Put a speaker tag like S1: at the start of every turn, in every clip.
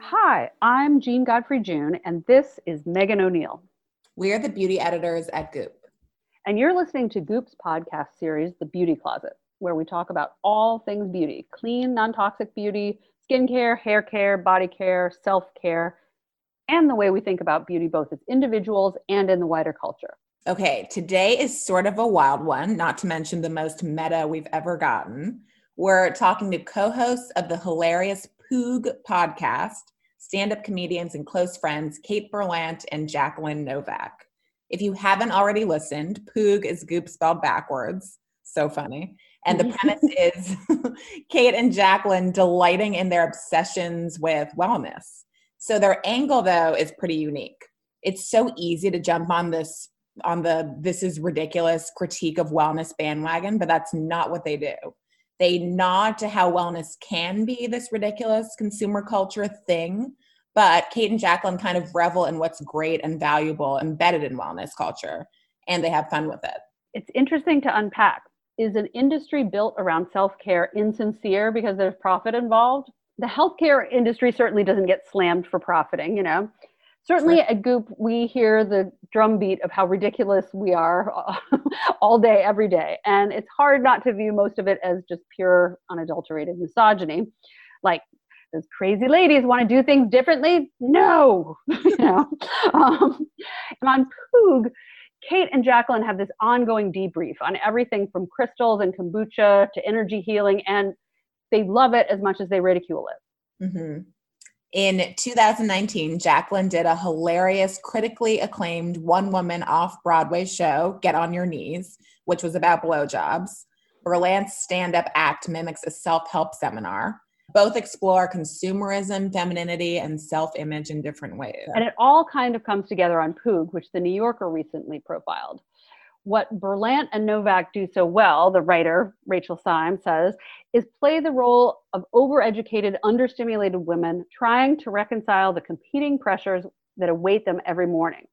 S1: Hi, I'm Jean Godfrey June, and this is Megan O'Neill.
S2: We are the beauty editors at Goop.
S1: And you're listening to Goop's podcast series, The Beauty Closet, where we talk about all things beauty clean, non toxic beauty, skincare, hair care, body care, self care, and the way we think about beauty both as individuals and in the wider culture.
S2: Okay, today is sort of a wild one, not to mention the most meta we've ever gotten. We're talking to co hosts of the hilarious Poog podcast, stand up comedians and close friends Kate Berlant and Jacqueline Novak. If you haven't already listened, Poog is goop spelled backwards. So funny. And the premise is Kate and Jacqueline delighting in their obsessions with wellness. So their angle though is pretty unique. It's so easy to jump on this on the this is ridiculous critique of wellness bandwagon, but that's not what they do. They nod to how wellness can be this ridiculous consumer culture thing, but Kate and Jacqueline kind of revel in what's great and valuable embedded in wellness culture, and they have fun with it.
S1: It's interesting to unpack. Is an industry built around self care insincere because there's profit involved? The healthcare industry certainly doesn't get slammed for profiting, you know. Certainly
S2: Sure.
S1: at Goop, we hear the drumbeat of how ridiculous we are all day, every day. And it's hard not to view most of it as just pure, unadulterated misogyny. Like, those crazy ladies want to do things differently? No! you know? um, and on Poog, Kate and Jacqueline have this ongoing debrief on everything from crystals and kombucha to energy healing, and they love it as much as they ridicule it.
S2: hmm In 2019, Jacqueline did a hilarious, critically acclaimed one woman off Broadway show, Get on Your Knees, which was about blowjobs. Berlant's stand up act mimics a self help seminar. Both explore consumerism, femininity, and self image in different ways.
S1: And it all kind of comes together on Poog, which the New Yorker recently profiled. What Berlant and Novak do so well, the writer Rachel Syme says, is play the role of overeducated, understimulated women trying to reconcile the competing pressures that await them every morning.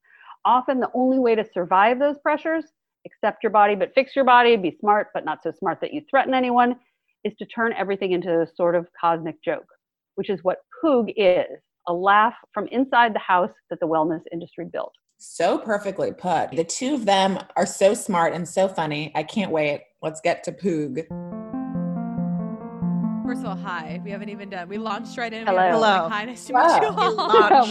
S1: Often the only way to survive those pressures, accept your body but fix your body, be smart but not so smart that you threaten anyone, is to turn everything into a sort of cosmic joke, which is what Poog is a laugh from inside the house that the wellness industry built.
S2: So perfectly put. The two of them are so smart and so funny. I can't wait. Let's get to Poog.
S3: First of all, hi. We haven't even done. We launched right in.
S1: Hello.
S3: We were like,
S4: Hello.
S3: hi, nice to
S2: Wow.
S3: meet you all.
S4: launched.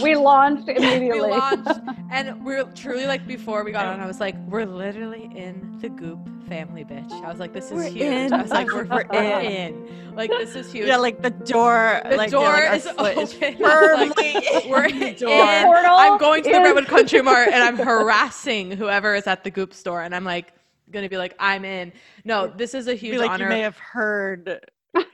S1: Uh, we launched
S3: We
S1: immediately.
S3: launched, and we're truly like before we got on. I was like, we're literally in the Goop family, bitch. I was like, this is
S4: We're
S3: huge.
S4: in.
S3: I was like, we're,
S4: We're
S3: we're
S4: in.
S3: in. Like this is huge.
S4: Yeah, like the door.
S3: the
S4: like, yeah,
S3: door
S4: like our
S3: is
S4: foot
S3: open.
S4: firmly.
S3: we're
S4: in the
S3: in.
S4: door.
S1: Portal
S3: I'm going to the
S1: is-
S3: Redwood Country Mart and I'm harassing whoever is at the Goop store, and I'm like, gonna be like, I'm in. No, this is a
S4: Be
S3: huge
S4: like
S3: honor.
S4: you may have heard.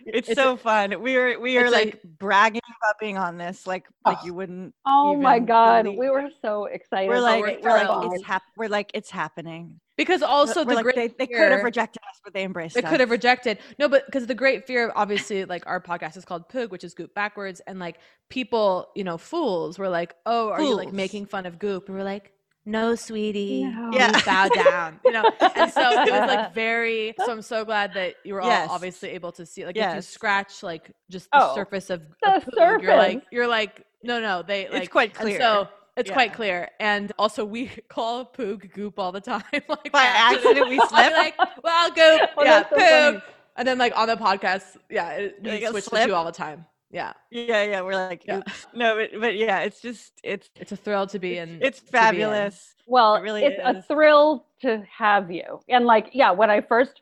S4: It's,
S3: It's
S4: so fun. We are we are
S3: it's a-
S4: like bragging about being on this, like like
S2: Oh.
S4: you wouldn't.
S1: Oh my
S4: even
S1: God,
S4: believe
S1: we
S4: it.
S1: were so excited.
S4: We're
S1: for
S4: like
S3: we're
S1: it.
S4: we're like
S3: thrilled.
S4: it's hap- we're like it's happening.
S3: because also
S4: we're
S3: the
S4: like,
S3: great
S4: they, they could
S3: fear-
S4: have rejected us, but they embraced.
S3: They
S4: us.
S3: could have rejected. No, but because the great fear, obviously, like our podcast is called Poog, which is Goop backwards, and like people, you know, fools were like, "Oh, are you like
S4: Fools.
S3: making fun of Goop?" And we're like, "No, sweetie,
S1: No.
S3: yeah.
S4: Yeah.
S3: bow down." You know, and so it was like very. So I'm so glad that you were
S4: Yes.
S3: all obviously able to see. Like if you
S4: Yes.
S3: scratch like just the
S1: Oh,
S3: surface of
S1: the
S3: of Poog, you're like
S1: surface.
S3: you're like no no they like
S4: it's quite
S3: and
S4: clear.
S3: so. It's
S4: Yeah.
S3: quite clear, and also we call Poog Goop all the time. Like
S4: by accident we
S3: I'll
S4: slipped.
S3: be like, well, go,
S1: Well,
S3: yeah,
S1: that's so funny.
S3: poop. And then like on the podcast, yeah, it, we
S4: Like a
S3: switch the
S4: slip?
S3: two all the time. Yeah,
S4: yeah, yeah. We're like
S3: Yeah.
S4: oops. no, but, but yeah, it's just it's
S3: it's a thrill to be in.
S4: it's
S3: to be in.
S4: fabulous.
S1: Well,
S4: It really
S1: it's a
S4: is.
S1: thrill to have you. And like, yeah, when I first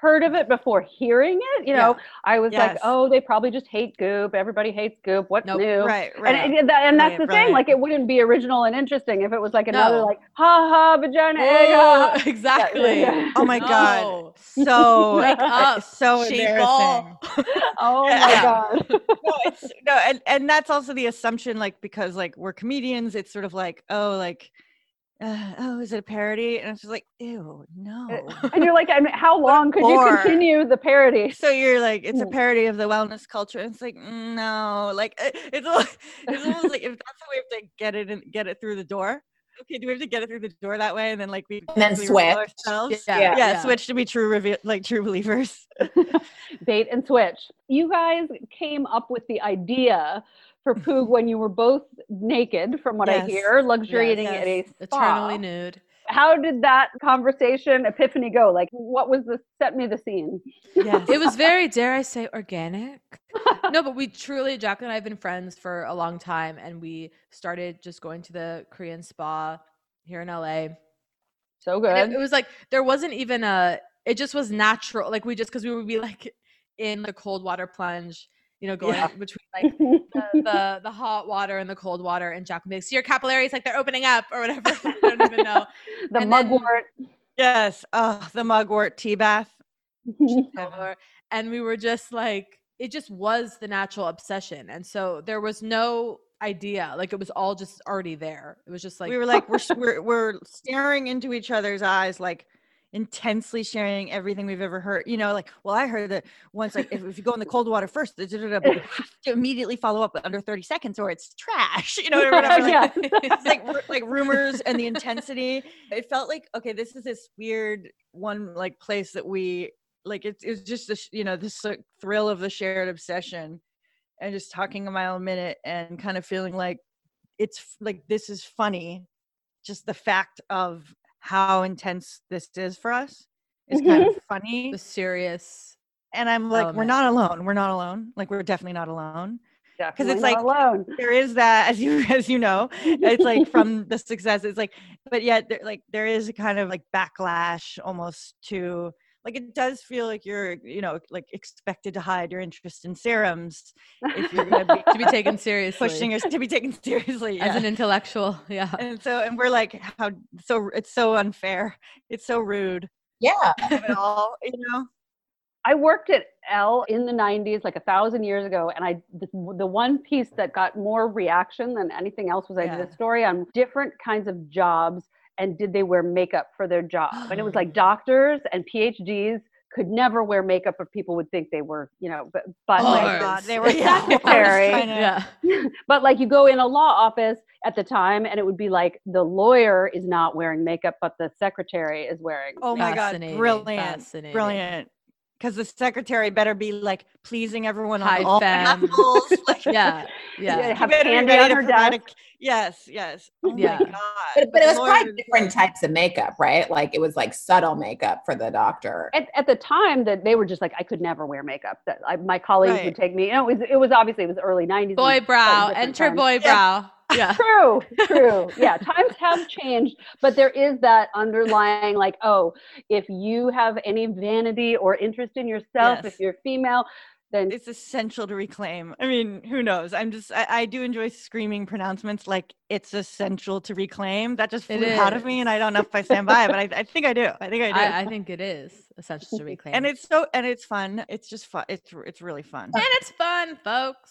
S1: heard of it before hearing it, you know, I was like,
S4: Yes.
S1: oh, they probably just hate Goop. Everybody hates Goop. What's
S3: Nope.
S1: new?
S4: Right, right.
S1: And, and, that, and that's
S4: Right,
S1: the thing.
S4: right.
S1: Like, it wouldn't be original and interesting if it was like another,
S3: No.
S1: like, ha ha, vagina egg. Ha,
S3: Whoa,
S1: ha.
S3: exactly.
S4: oh my god,
S3: No.
S4: so
S3: Wake up,
S4: so
S3: Shade ball.
S4: embarrassing.
S1: Oh my
S4: Yeah.
S1: God.
S4: no, it's no, and and that's also the assumption, like because like we're comedians, it's sort of like oh, like uh, oh, is it a parody? And it's just like ew, no.
S1: And you're like, I mean, how long could you
S4: bore.
S1: continue the parody?
S4: so you're like it's a
S1: Mm.
S4: parody of the wellness culture. And it's like mm, no, like uh, it's al- it's almost like if that's the way to get it in, get it through the door. okay, do we have to get it through the door that way, and then like we
S2: And then
S4: we reveal
S2: switch.
S4: ourselves?
S3: Yeah,
S4: Yeah,
S3: yeah.
S4: switch to be true reveal, like true believers.
S1: Bait and switch. You guys came up with the idea for Poog when you were both naked, from what I
S4: Yes.
S1: hear, luxuriating
S4: Yes,
S1: at a spa.
S3: Eternally nude.
S1: How did that conversation epiphany go? Like, what was the set me the scene?
S4: Yes.
S3: It was very, dare I say, organic. no, but we truly, Jacqueline and I have been friends for a long time, and we started just going to the Korean spa here in LA.
S1: So
S3: And
S1: good.
S3: it, it was like there wasn't even a. It just was natural. Like we just because we would be like in the cold water plunge, you know, going
S4: Yeah.
S3: between like um, the, the the hot water and the cold water, and Jacqueline would be like, "See your capillaries, like they're opening up or whatever." I don't even know.
S1: the
S3: and then-
S1: mugwort.
S4: yes. Oh, the mugwort tea bath.
S3: or- and we were just like it just was the natural obsession and so there was no idea like it was all just already there it was just like
S4: we were like we're, s- we're we're staring into each other's eyes like intensely sharing everything we've ever heard you know like well i heard that once like if, if you go in the cold water first da- da- da- da, but you have to immediately follow up under 30 seconds or it's trash you know or whatever like,
S1: Yeah.
S4: it's like ru- like rumors and the intensity it felt like okay this is this weird one like place that we like it's it's just this you know this like, thrill of the shared obsession and just talking a mile a minute and kind of feeling like it's f- like this is funny just the fact of how intense this is for us is kind of funny
S3: the serious
S4: and i'm like we're
S3: element.
S4: not alone we're not alone like we're definitely not alone
S1: Because
S4: it's like-
S1: alone.
S4: there is that as you as you know it's like from the success it's like but yet there, like there is a kind of like backlash almost to like it does feel like you're you know like expected to hide your interest in serums if you're gonna be
S3: to be taken seriously
S4: pushing us to be taken seriously
S3: as
S4: yeah.
S3: an intellectual yeah
S4: and so and we're like how so it's so unfair it's so rude
S2: Yeah.
S4: of it all you know
S1: I worked at L in the 90s, like a thousand years ago, and I the, the one piece that got more reaction than anything else was I did
S4: Yeah.
S1: a story on different kinds of jobs and did they wear makeup for their job, and it was like doctors and PhDs could never wear makeup, but people would think they were, you know, but but
S3: Oh,
S1: like,
S4: my god
S3: Bars.
S4: they were yeah, I was
S1: Secretary.
S4: trying to-
S3: yeah
S1: but like you go in a law office at the time, and it would be like the lawyer is not wearing makeup, but the secretary is wearing.
S4: oh my god
S3: Fascinating,
S4: brilliant
S3: fascinating.
S4: Brilliant. Because the secretary better be like pleasing everyone
S3: High
S4: on all
S3: femme.
S4: levels. like,
S3: yeah
S1: Yeah.
S3: yeah
S4: she
S1: Have
S4: better be
S1: candy
S4: ready
S1: on
S4: to
S1: her
S4: provide a
S1: desk.
S4: c- yes, yes. Oh
S3: Yeah.
S4: my god.
S2: But, but it
S4: the
S2: was probably
S4: lawyers-
S2: different types of makeup, right? Like it was like subtle makeup for the doctor.
S1: at, at the time that they were just like I could never wear makeup. That I, my colleagues
S4: Right.
S1: would take me. You know, it was it was obviously it was early '90s.
S3: boy
S1: and-
S3: brow
S1: different
S3: enter
S1: times.
S3: boy
S4: Yeah.
S3: brow yeah
S1: True, true. Yeah, times have changed, but there is that underlying like, oh, if you have any vanity or interest in yourself,
S4: Yes.
S1: if you're female, then
S4: It's essential to reclaim. I mean, who knows? I'm just I, I do enjoy screaming pronouncements like it's essential to reclaim. That just
S3: It
S4: flew out of me and I don't know if I stand by, it, but I, I think I do. I think I do.
S3: I, I think it is essential to reclaim
S4: and it's so and it's fun. It's just fun. It's r- it's really fun.
S3: and it's fun folks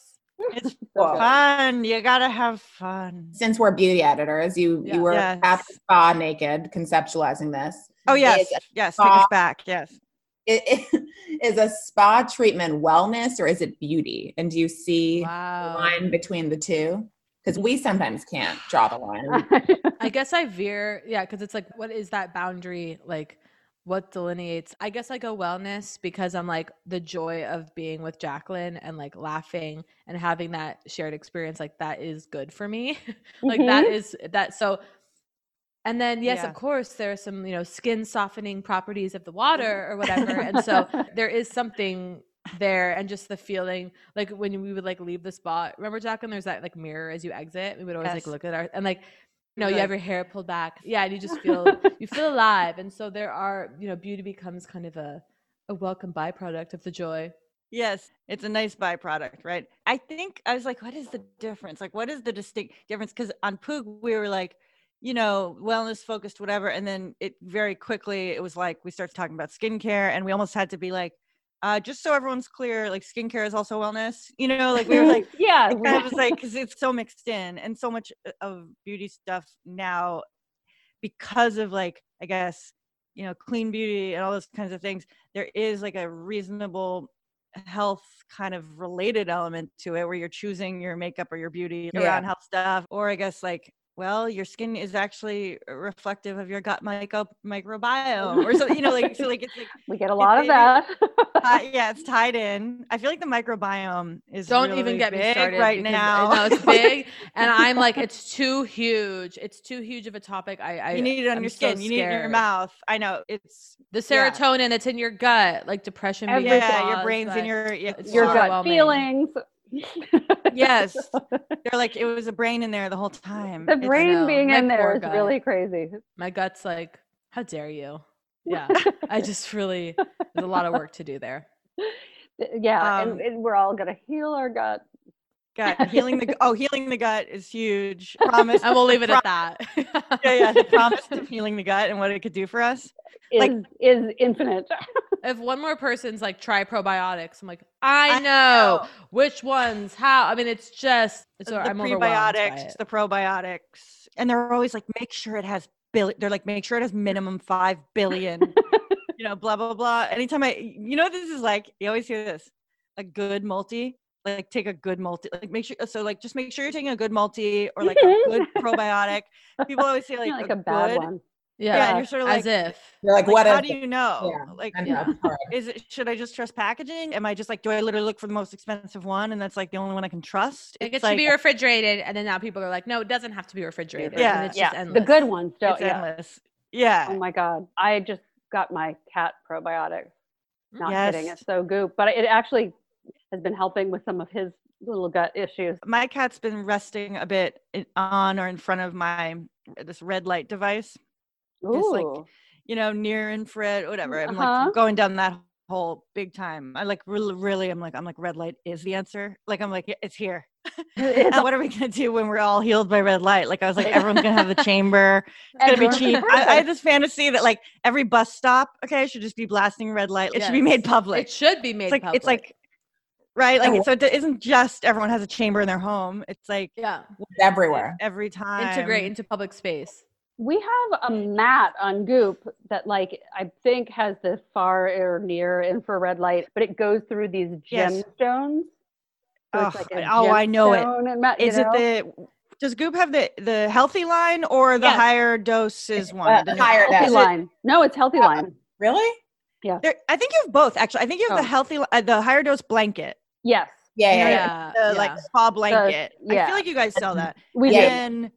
S4: It's
S1: Whoa.
S4: fun. You gotta have fun.
S2: Since we're beauty editors, you
S3: Yeah.
S2: you were
S4: Yes.
S2: at the spa naked, conceptualizing this.
S4: Oh yes,
S2: Is,
S4: yes. Take us
S2: spa-
S4: back. Yes.
S2: it, is a spa treatment wellness or is it beauty? And do you see the
S3: wow
S2: line between the two? Because we sometimes can't draw the line.
S3: I guess I veer, yeah, because it's like, what is that boundary? Like, what delineates? I guess I go wellness because I'm like the joy of being with Jacqueline and like laughing and having that shared experience. Like, that is good for me. like, that is that. So, and then, yes,
S4: Mm-hmm. Yeah. Mm-hmm.
S3: of course, there are some, you know, skin softening properties of the water
S1: mm-hmm.
S3: or whatever. And so, there is something there and just the feeling like when we would like leave the spot remember jacqueline there's that like mirror as you exit we would always like
S4: Yes.
S3: look at our and like you know
S4: You're
S3: you have your
S4: like-
S3: hair pulled back yeah and you just feel you feel alive and so there are you know beauty becomes kind of a a welcome byproduct of the joy
S4: Yes, it's a nice byproduct, right? I think I was like, what is the difference? Like, what is the distinct difference? Because on Poog, we were like, you know, wellness focused, whatever. And then it very quickly, it was like we started talking about skincare, and we almost had to be like, uh, just so everyone's clear, like skincare is also wellness. You know, like we were like,
S1: yeah,
S4: it kind of was like, because it's so mixed in, and so much o- of beauty stuff now, because of like, I guess, you know, clean beauty and all those kinds of things. There is like a reasonable health kind of related element to it where you're choosing your makeup or your beauty
S2: Yeah.
S4: around health stuff or i guess like well, your skin is actually reflective of your gut micro- microbiome or something, you know, like, so like it's like,
S1: We get a lot of
S4: it-
S1: that.
S4: ti- yeah, it's tied in. I feel like the microbiome is
S3: Don't
S4: really
S3: even get me
S4: big
S3: started
S4: right
S3: because, uh,
S4: now.
S3: No, it's big, and I'm like, it's too huge. It's too huge of a topic. I, I
S4: you need it on
S3: I'm
S4: your
S3: so
S4: skin. you need it in your
S3: scared.
S4: mouth. I know it's
S3: the
S4: yeah.
S3: serotonin that's in your gut, like depression. being
S1: Everything.
S4: yeah,
S3: caused
S4: your brain's
S3: by-
S4: in your yeah,
S3: it's
S1: Your gut
S3: overwhelming.
S1: feelings.
S4: yes. They're like it was a brain in there the whhole time.
S1: The
S4: It's-
S1: brain
S3: know,
S1: being
S3: my
S1: in there
S3: poor
S1: is
S3: gut.
S1: really crazy.
S3: My gut's like, how dare you? Yeah, I just really there's a lot of work to do there.
S1: Yeah,
S4: Um,
S1: and, and we're all gonna heal our gut.
S4: gut healing the oh healing the gut is huge. Promise.
S3: And we'll leave it
S4: Pro-
S3: at that.
S4: yeah, yeah. The promise of healing the gut and what it could do for us.
S1: Is
S4: Like-
S1: is infinite.
S3: if one more person's like try probiotics, I'm like, I,
S4: I
S3: know,
S4: know.
S3: which ones, how. I mean, it's just it's.
S4: the
S3: I'm overwhelmed by
S4: prebiotics,
S3: it.
S4: the probiotics, and they're always like, make sure it has bill. They're like, make sure it has minimum five billion. you know, blah blah blah. Anytime I, you know, what this is like you always hear this, a good multi. Like take a good multi. Like make sure. So like just make sure you're taking a good multi or like a good probiotic. People always say like,
S1: Like, like a, bad
S4: good-
S1: one.
S3: yeah,
S4: Yeah, and you're sort of
S3: as
S4: like,
S3: if
S2: You're like,
S4: like,
S2: what
S4: how
S2: is
S4: do
S2: it?
S4: you know? Like,
S2: I know,
S3: Yeah.
S2: it's hard.
S4: is it should I just trust packaging? Am I just like, do I literally look for the most expensive one, and that's like the only one I can trust?
S3: like it
S4: It's
S3: should be refrigerated, and then now people are like, no, it doesn't have to be refrigerated.
S4: Yeah,
S3: and it's just
S1: The
S3: endless.
S1: good ones don't.
S4: it's
S1: Yeah.
S4: endless. Yeah.
S1: Oh my god, I just got my cat probiotics. Not kidding,
S4: Yes.
S1: it's so goop, but it actually has been helping with some of his little gut issues.
S4: my cat's been resting a bit in, on or in front of my this red light device like,
S1: Ooh.
S4: you know near infrared whatever i'm
S1: Uh-huh.
S4: like going down that hole big time i like really really i'm like i'm like red light is the answer like i'm like "Yeah, it's here
S1: It's
S4: And what are we gonna do when we're all healed by red light like i was like everyone's gonna have the chamber it's gonna be
S1: everyone-
S4: cheap I, I had this fantasy that like every bus stop okay should just be blasting red light it should be
S3: Yes.
S4: made public
S3: it should be made
S4: it's like
S3: public.
S4: it's like right
S2: Oh,
S4: like
S2: wow.
S4: so it isn't just everyone has a chamber in their home it's like
S3: yeah,
S2: It's everywhere.
S4: every time
S3: integrate into public space.
S1: We have a mat on Goop that, like, I think has the far or near infrared light, but it goes through these
S4: Yes.
S1: gemstones. So it's
S4: Ugh,
S1: like a
S4: I- oh, I know it.
S1: gemstone and mat, you
S4: Is
S1: know?
S4: it the does Goop have the the healthy line or the
S1: Yes.
S4: higher doses one?
S2: uh,
S4: The new-
S2: higher
S1: healthy
S2: dose.
S1: line? No, it's
S4: Oh.
S1: healthy line.
S2: Really?
S4: There, I think you have both actually. I think you have
S1: Oh.
S4: the healthy li- uh, the higher dose blanket,
S1: Yes,
S2: Yeah, yeah,
S4: Yeah,
S2: yeah.
S3: Yeah,
S4: the like
S3: yeah.
S4: spa blanket. I
S1: yeah.
S4: feel like you guys sell that.
S1: we
S2: Yeah,
S1: did.
S4: And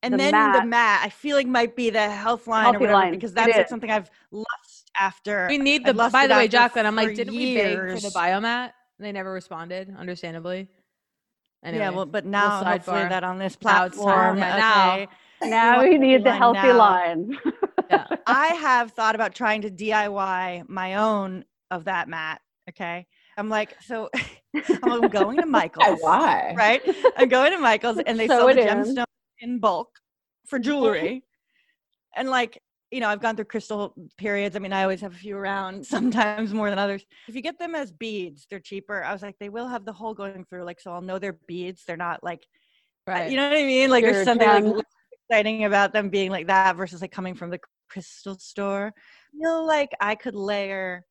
S4: and
S1: The
S4: then
S1: mat.
S4: the mat, I feel like might be the health line
S1: Healthy
S4: or whatever
S1: line.
S4: because
S1: It
S4: that's like
S1: is.
S4: something I've lust after.
S3: We need the.
S4: I've
S3: By
S4: lusted
S3: the way,
S4: after
S3: Jacqueline, I'm
S4: for
S3: like, didn't we beg for the
S4: years.
S3: biomat? They never responded, understandably. Anyway.
S4: yeah, well, but now hopefully
S3: sidebar.
S4: that on this
S3: Now it's time-
S4: platform.
S3: yeah, now.
S4: okay.
S1: Now we need the
S4: Healthy
S1: healthy
S4: line
S1: line.
S3: yeah.
S4: I have thought about trying to DIY my own of that mat. Okay. I'm like, so I'm going to
S2: Why?
S4: Michael's.
S2: Why?
S4: Right? I'm going to Michael's and they
S1: Sew
S4: sell the
S1: it in.
S4: gemstones in bulk for jewelry. and like, you know, I've gone through crystal periods. I mean, I always have a few around, sometimes more than others. If you get them as beads, they're cheaper. I was like, they will have the hole going through. Like, so I'll know they're beads. They're not like,
S3: Right.
S4: you know what I mean? Like,
S1: Pure
S4: there's something like
S1: gem.
S4: less exciting about them being like that versus like coming from the crystal store. I feel like I could layer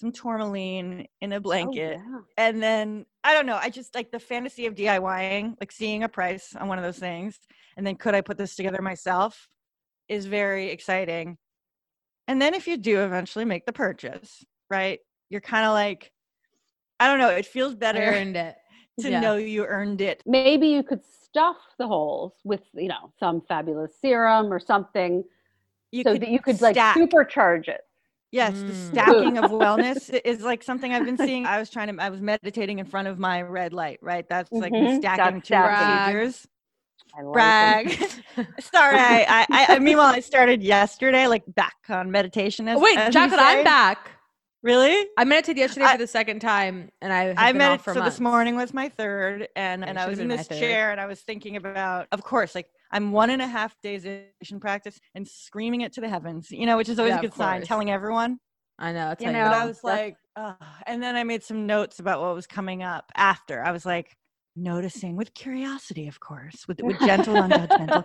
S4: some tourmaline in a
S1: Oh,
S4: blanket
S1: yeah.
S4: and then I don't know. I just like the fantasy of DIYing, like seeing a price on one of those things, and then could I put this together myself is very exciting. And then if you do eventually make the purchase, right? You're kind of like, I don't know. It feels
S3: I
S4: better
S3: earned it.
S4: to
S3: yeah.
S4: know you earned it.
S1: maybe you could stuff the holes with you know some fabulous serum or something
S4: You
S1: so
S4: could
S1: that you could like
S4: stack.
S1: supercharge it
S4: Yes, the
S3: Mm.
S4: stacking of wellness i- is like something I've been seeing. I was trying to, I was meditating in front of my red light, right? That's like
S1: Mhm,
S4: the
S3: Mm-hmm.
S1: that's
S4: stacking two
S1: stacking.
S4: procedures.
S1: I like
S4: Brag. Sorry, I, I, I meanwhile I started yesterday, like back on meditation. As,
S3: Wait,
S4: as we
S3: Jacqueline, I'm
S4: say.
S3: back.
S4: Really?
S3: I meditated yesterday
S4: I-
S3: for the second time, and I have
S4: I
S3: been off
S4: meditated.
S3: for
S4: So
S3: months.
S4: this morning was my third, and
S3: Yeah, it
S4: and I
S3: should've
S4: was in
S3: been my
S4: this
S3: third.
S4: chair, and I was thinking about, of course, like I'm one and a half days in practice and screaming it to the heavens, you know, which is always
S3: Yeah,
S4: a
S3: of
S4: good sign,
S3: course.
S4: telling everyone.
S3: I know. It's
S1: You
S3: like,
S1: know,
S4: But I
S1: No,
S4: was
S1: that's-
S4: like, Ugh. and then I made some notes about what was coming up after. I was like. Noticing with curiosity, of course, with, with gentle, unjudgmental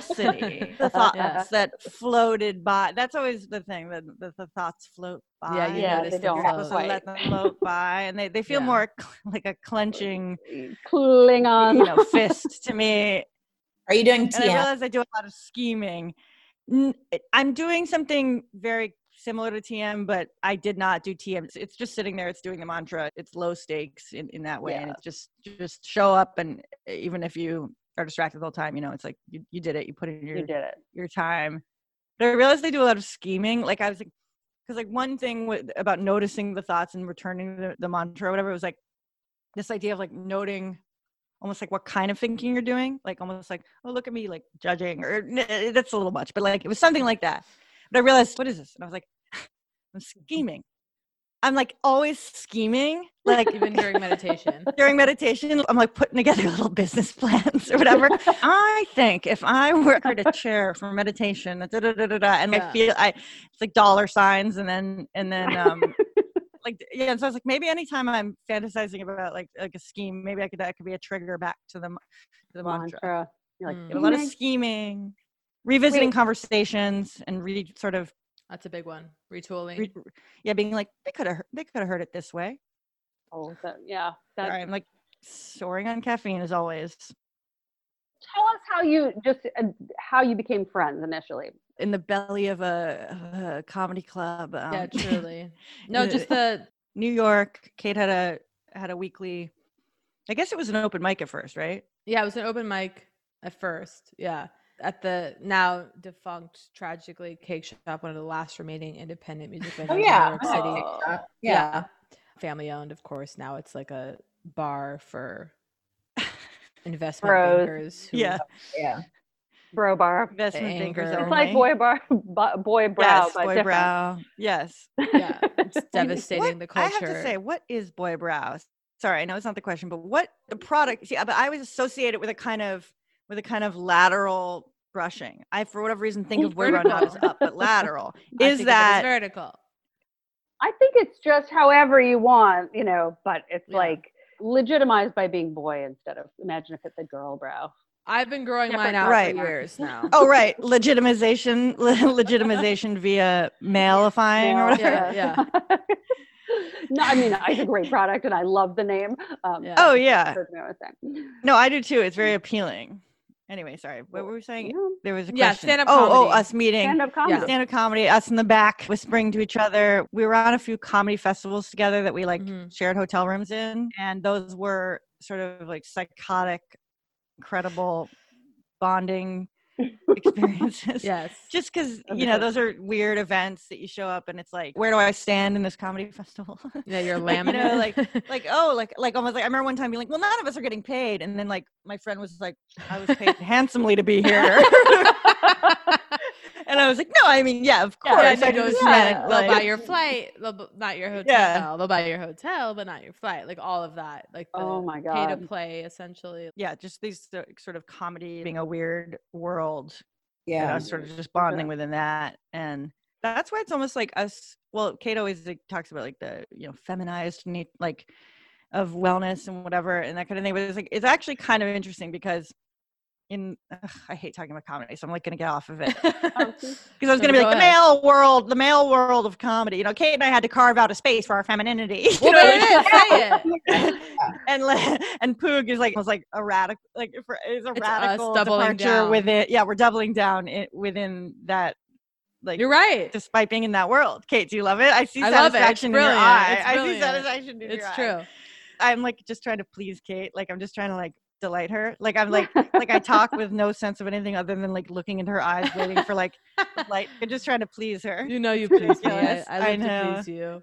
S4: curiosity. The thoughts
S3: Yeah.
S4: that floated by. That's always the thing that the, the thoughts float by.
S3: Yeah, you
S1: Yeah,
S3: notice
S1: they
S3: the
S1: don't.
S4: You're supposed to
S3: float.
S4: let them float by, and they, they feel
S3: Yeah.
S4: more cl- like a clenching,
S1: it. cooling
S4: you
S1: on
S4: know, fist to me.
S2: Are you doing
S4: and I
S2: TM?
S4: realize I do a lot of scheming. N- I'm doing something very similar to TM, but I did not do TM. It's- It's just sitting there. It's doing the mantra. It's low stakes in, in that way, and
S1: Yeah.
S4: it's just just show up, and even if you are distracted the whole time, you know, it's like you, you did it. You put in your
S1: You did it.
S4: your time. But I realized they do a lot of scheming. Like I was like, because like one thing with, about noticing the thoughts and returning the, the mantra or whatever it was like this idea of like noting almost like what kind of thinking you're doing. Like almost like, oh look at me like judging or "Nah, that's a little much. But like it was something like that. But I realized what is this? And I was like, I'm scheming. I'm like always scheming. Like
S3: even during meditation.
S4: during meditation, I'm like putting together little business plans or whatever. I think if I were to chair for meditation, da, da, da, da, da, and
S3: Yeah.
S4: I feel I, it's like dollar signs, and then and then um, like yeah. And so I was like, maybe anytime I'm fantasizing about like like a scheme, maybe I could that could be a trigger back to the m- to the mantra.
S1: Mantra. You're like,
S3: Mm.
S4: Yeah, a lot of
S1: "Dang,
S4: scheming, revisiting
S1: Wait.
S4: conversations, and re sort of
S3: That's a big one. Retooling.
S4: re- yeah, being like they could have they could have heard it this way.
S1: oh, that- yeah. That,
S4: Sorry, I'm like soaring on caffeine as always.
S1: Tell us how you just uh, how you became friends initially.
S4: in the belly of a, a comedy club. Um,
S3: yeah, truly. No,
S4: uh,
S3: just the
S4: New York. Kate had a had a weekly. I guess it was an open mic at first, right?
S3: yeah, it was an open mic at first. Yeah. At the now defunct, tragically, cake shop, one of the last remaining independent music venues
S2: oh yeah.
S3: in New
S2: I'm
S3: York
S2: on
S3: City.
S2: TikTok.
S3: Yeah.
S2: yeah.
S3: Family owned, of course. Now it's like a bar for investment
S1: Bros.
S3: bankers. Who,
S4: Yeah.
S2: Yeah.
S1: Bro bar.
S4: Investment bankers.
S3: Anger.
S1: It's
S3: Oh,
S1: like
S4: only.
S1: boy bar, bu- boy brow,
S4: Yes,
S1: but
S4: boy
S1: different.
S4: brow. Yes.
S3: Yeah, It's devastating
S4: What-
S3: the culture.
S4: I have to say, what is boy brow? Sorry, I know it's not the question, but what the product? See, but I always associate it with a kind of with a kind of lateral brushing. I, for whatever reason, think of boy brow not as
S1: Vertical.
S4: up, but lateral.
S3: I
S4: is
S3: think of it as
S4: that
S3: vertical?
S1: I think it's just however you want, you know, but it's
S3: Yeah.
S1: like legitimized by being boy instead of imagine if it's a girl brow.
S3: I've been growing mine
S1: Different
S3: out
S4: Right.
S3: for years now.
S4: Oh right, legitimization, legitimization via malifying or
S1: Now,
S4: whatever.
S3: Yeah, yeah.
S1: no, I mean, it's a great product and I love the name. Um,
S3: Yeah.
S4: Oh yeah,
S1: that's what I was saying.
S4: no, I do too. It's very appealing. Anyway, sorry, what were we saying?
S1: Yeah,
S4: There was a
S3: Yeah,
S4: question.
S3: stand-up
S4: oh, oh,
S3: comedy.
S4: us meeting.
S1: Stand up comedy.
S3: Yeah.
S4: Stand up comedy, us in the back whispering to each other. We were on a few comedy festivals together that we like
S3: Mhm.
S4: shared hotel rooms in, and those were sort of like psychotic, incredible bonding experiences.
S3: Yes.
S4: just because
S1: Of
S4: you know
S1: course.
S4: those are weird events that you show up and it's like where do i stand in this comedy festival
S3: yeah, you're
S4: like, you
S3: laminate.
S4: know, like oh like like almost like i remember one time being like well none of us are getting paid and then like my friend was like i was paid handsomely to be here and i was like no i mean yeah of
S3: Yeah,
S4: course
S3: and
S4: I
S3: it goes
S4: just
S3: to,
S4: meant,
S3: like,
S4: like-
S3: they'll buy your flight, they'll bu- not your hotel.
S4: Yeah.
S3: They'll buy your hotel, but not your flight. Like all of that. Like the
S1: Oh my
S3: pay to
S1: God.
S3: play, essentially.
S4: yeah just these uh, sort of comedy being a weird world and
S2: Yeah.
S4: us sort of just bonding within that and that's why it's almost like us well kate always like, talks about like the you know feminized need like of wellness and whatever and that kind of thing but it's like it's actually kind of interesting because in ugh, i hate talking about comedy so i'm like gonna get off of it because i
S3: No,
S4: was gonna be
S3: go
S4: like the
S3: ahead.
S4: male world the male world of comedy you know kate and i had to carve out a space for our femininity you
S3: well,
S4: know,
S3: there
S4: like-
S3: it is. Say it.
S4: and le- and Poog is like was like a radical like for, is a
S3: It's us
S4: radical
S3: doubling
S4: departure
S3: down.
S4: with it. Yeah, we're doubling down it, within that. Like
S3: You're right.
S4: despite being in that world, Kate, do you love it? I see
S3: I love it. It's
S4: satisfaction in your
S3: brilliant.
S4: eye.
S3: It's
S4: I see
S3: brilliant.
S4: satisfaction in your
S3: It's
S4: eye.
S3: true.
S4: I'm like just trying to please Kate. Like I'm just trying to like delight her. Like I'm like like I talk with no sense of anything other than like looking into her eyes, waiting for like like I'm just trying to please her.
S3: You know you please me. I,
S4: ridiculous.
S3: I
S4: I
S3: live to
S4: know.
S3: please you.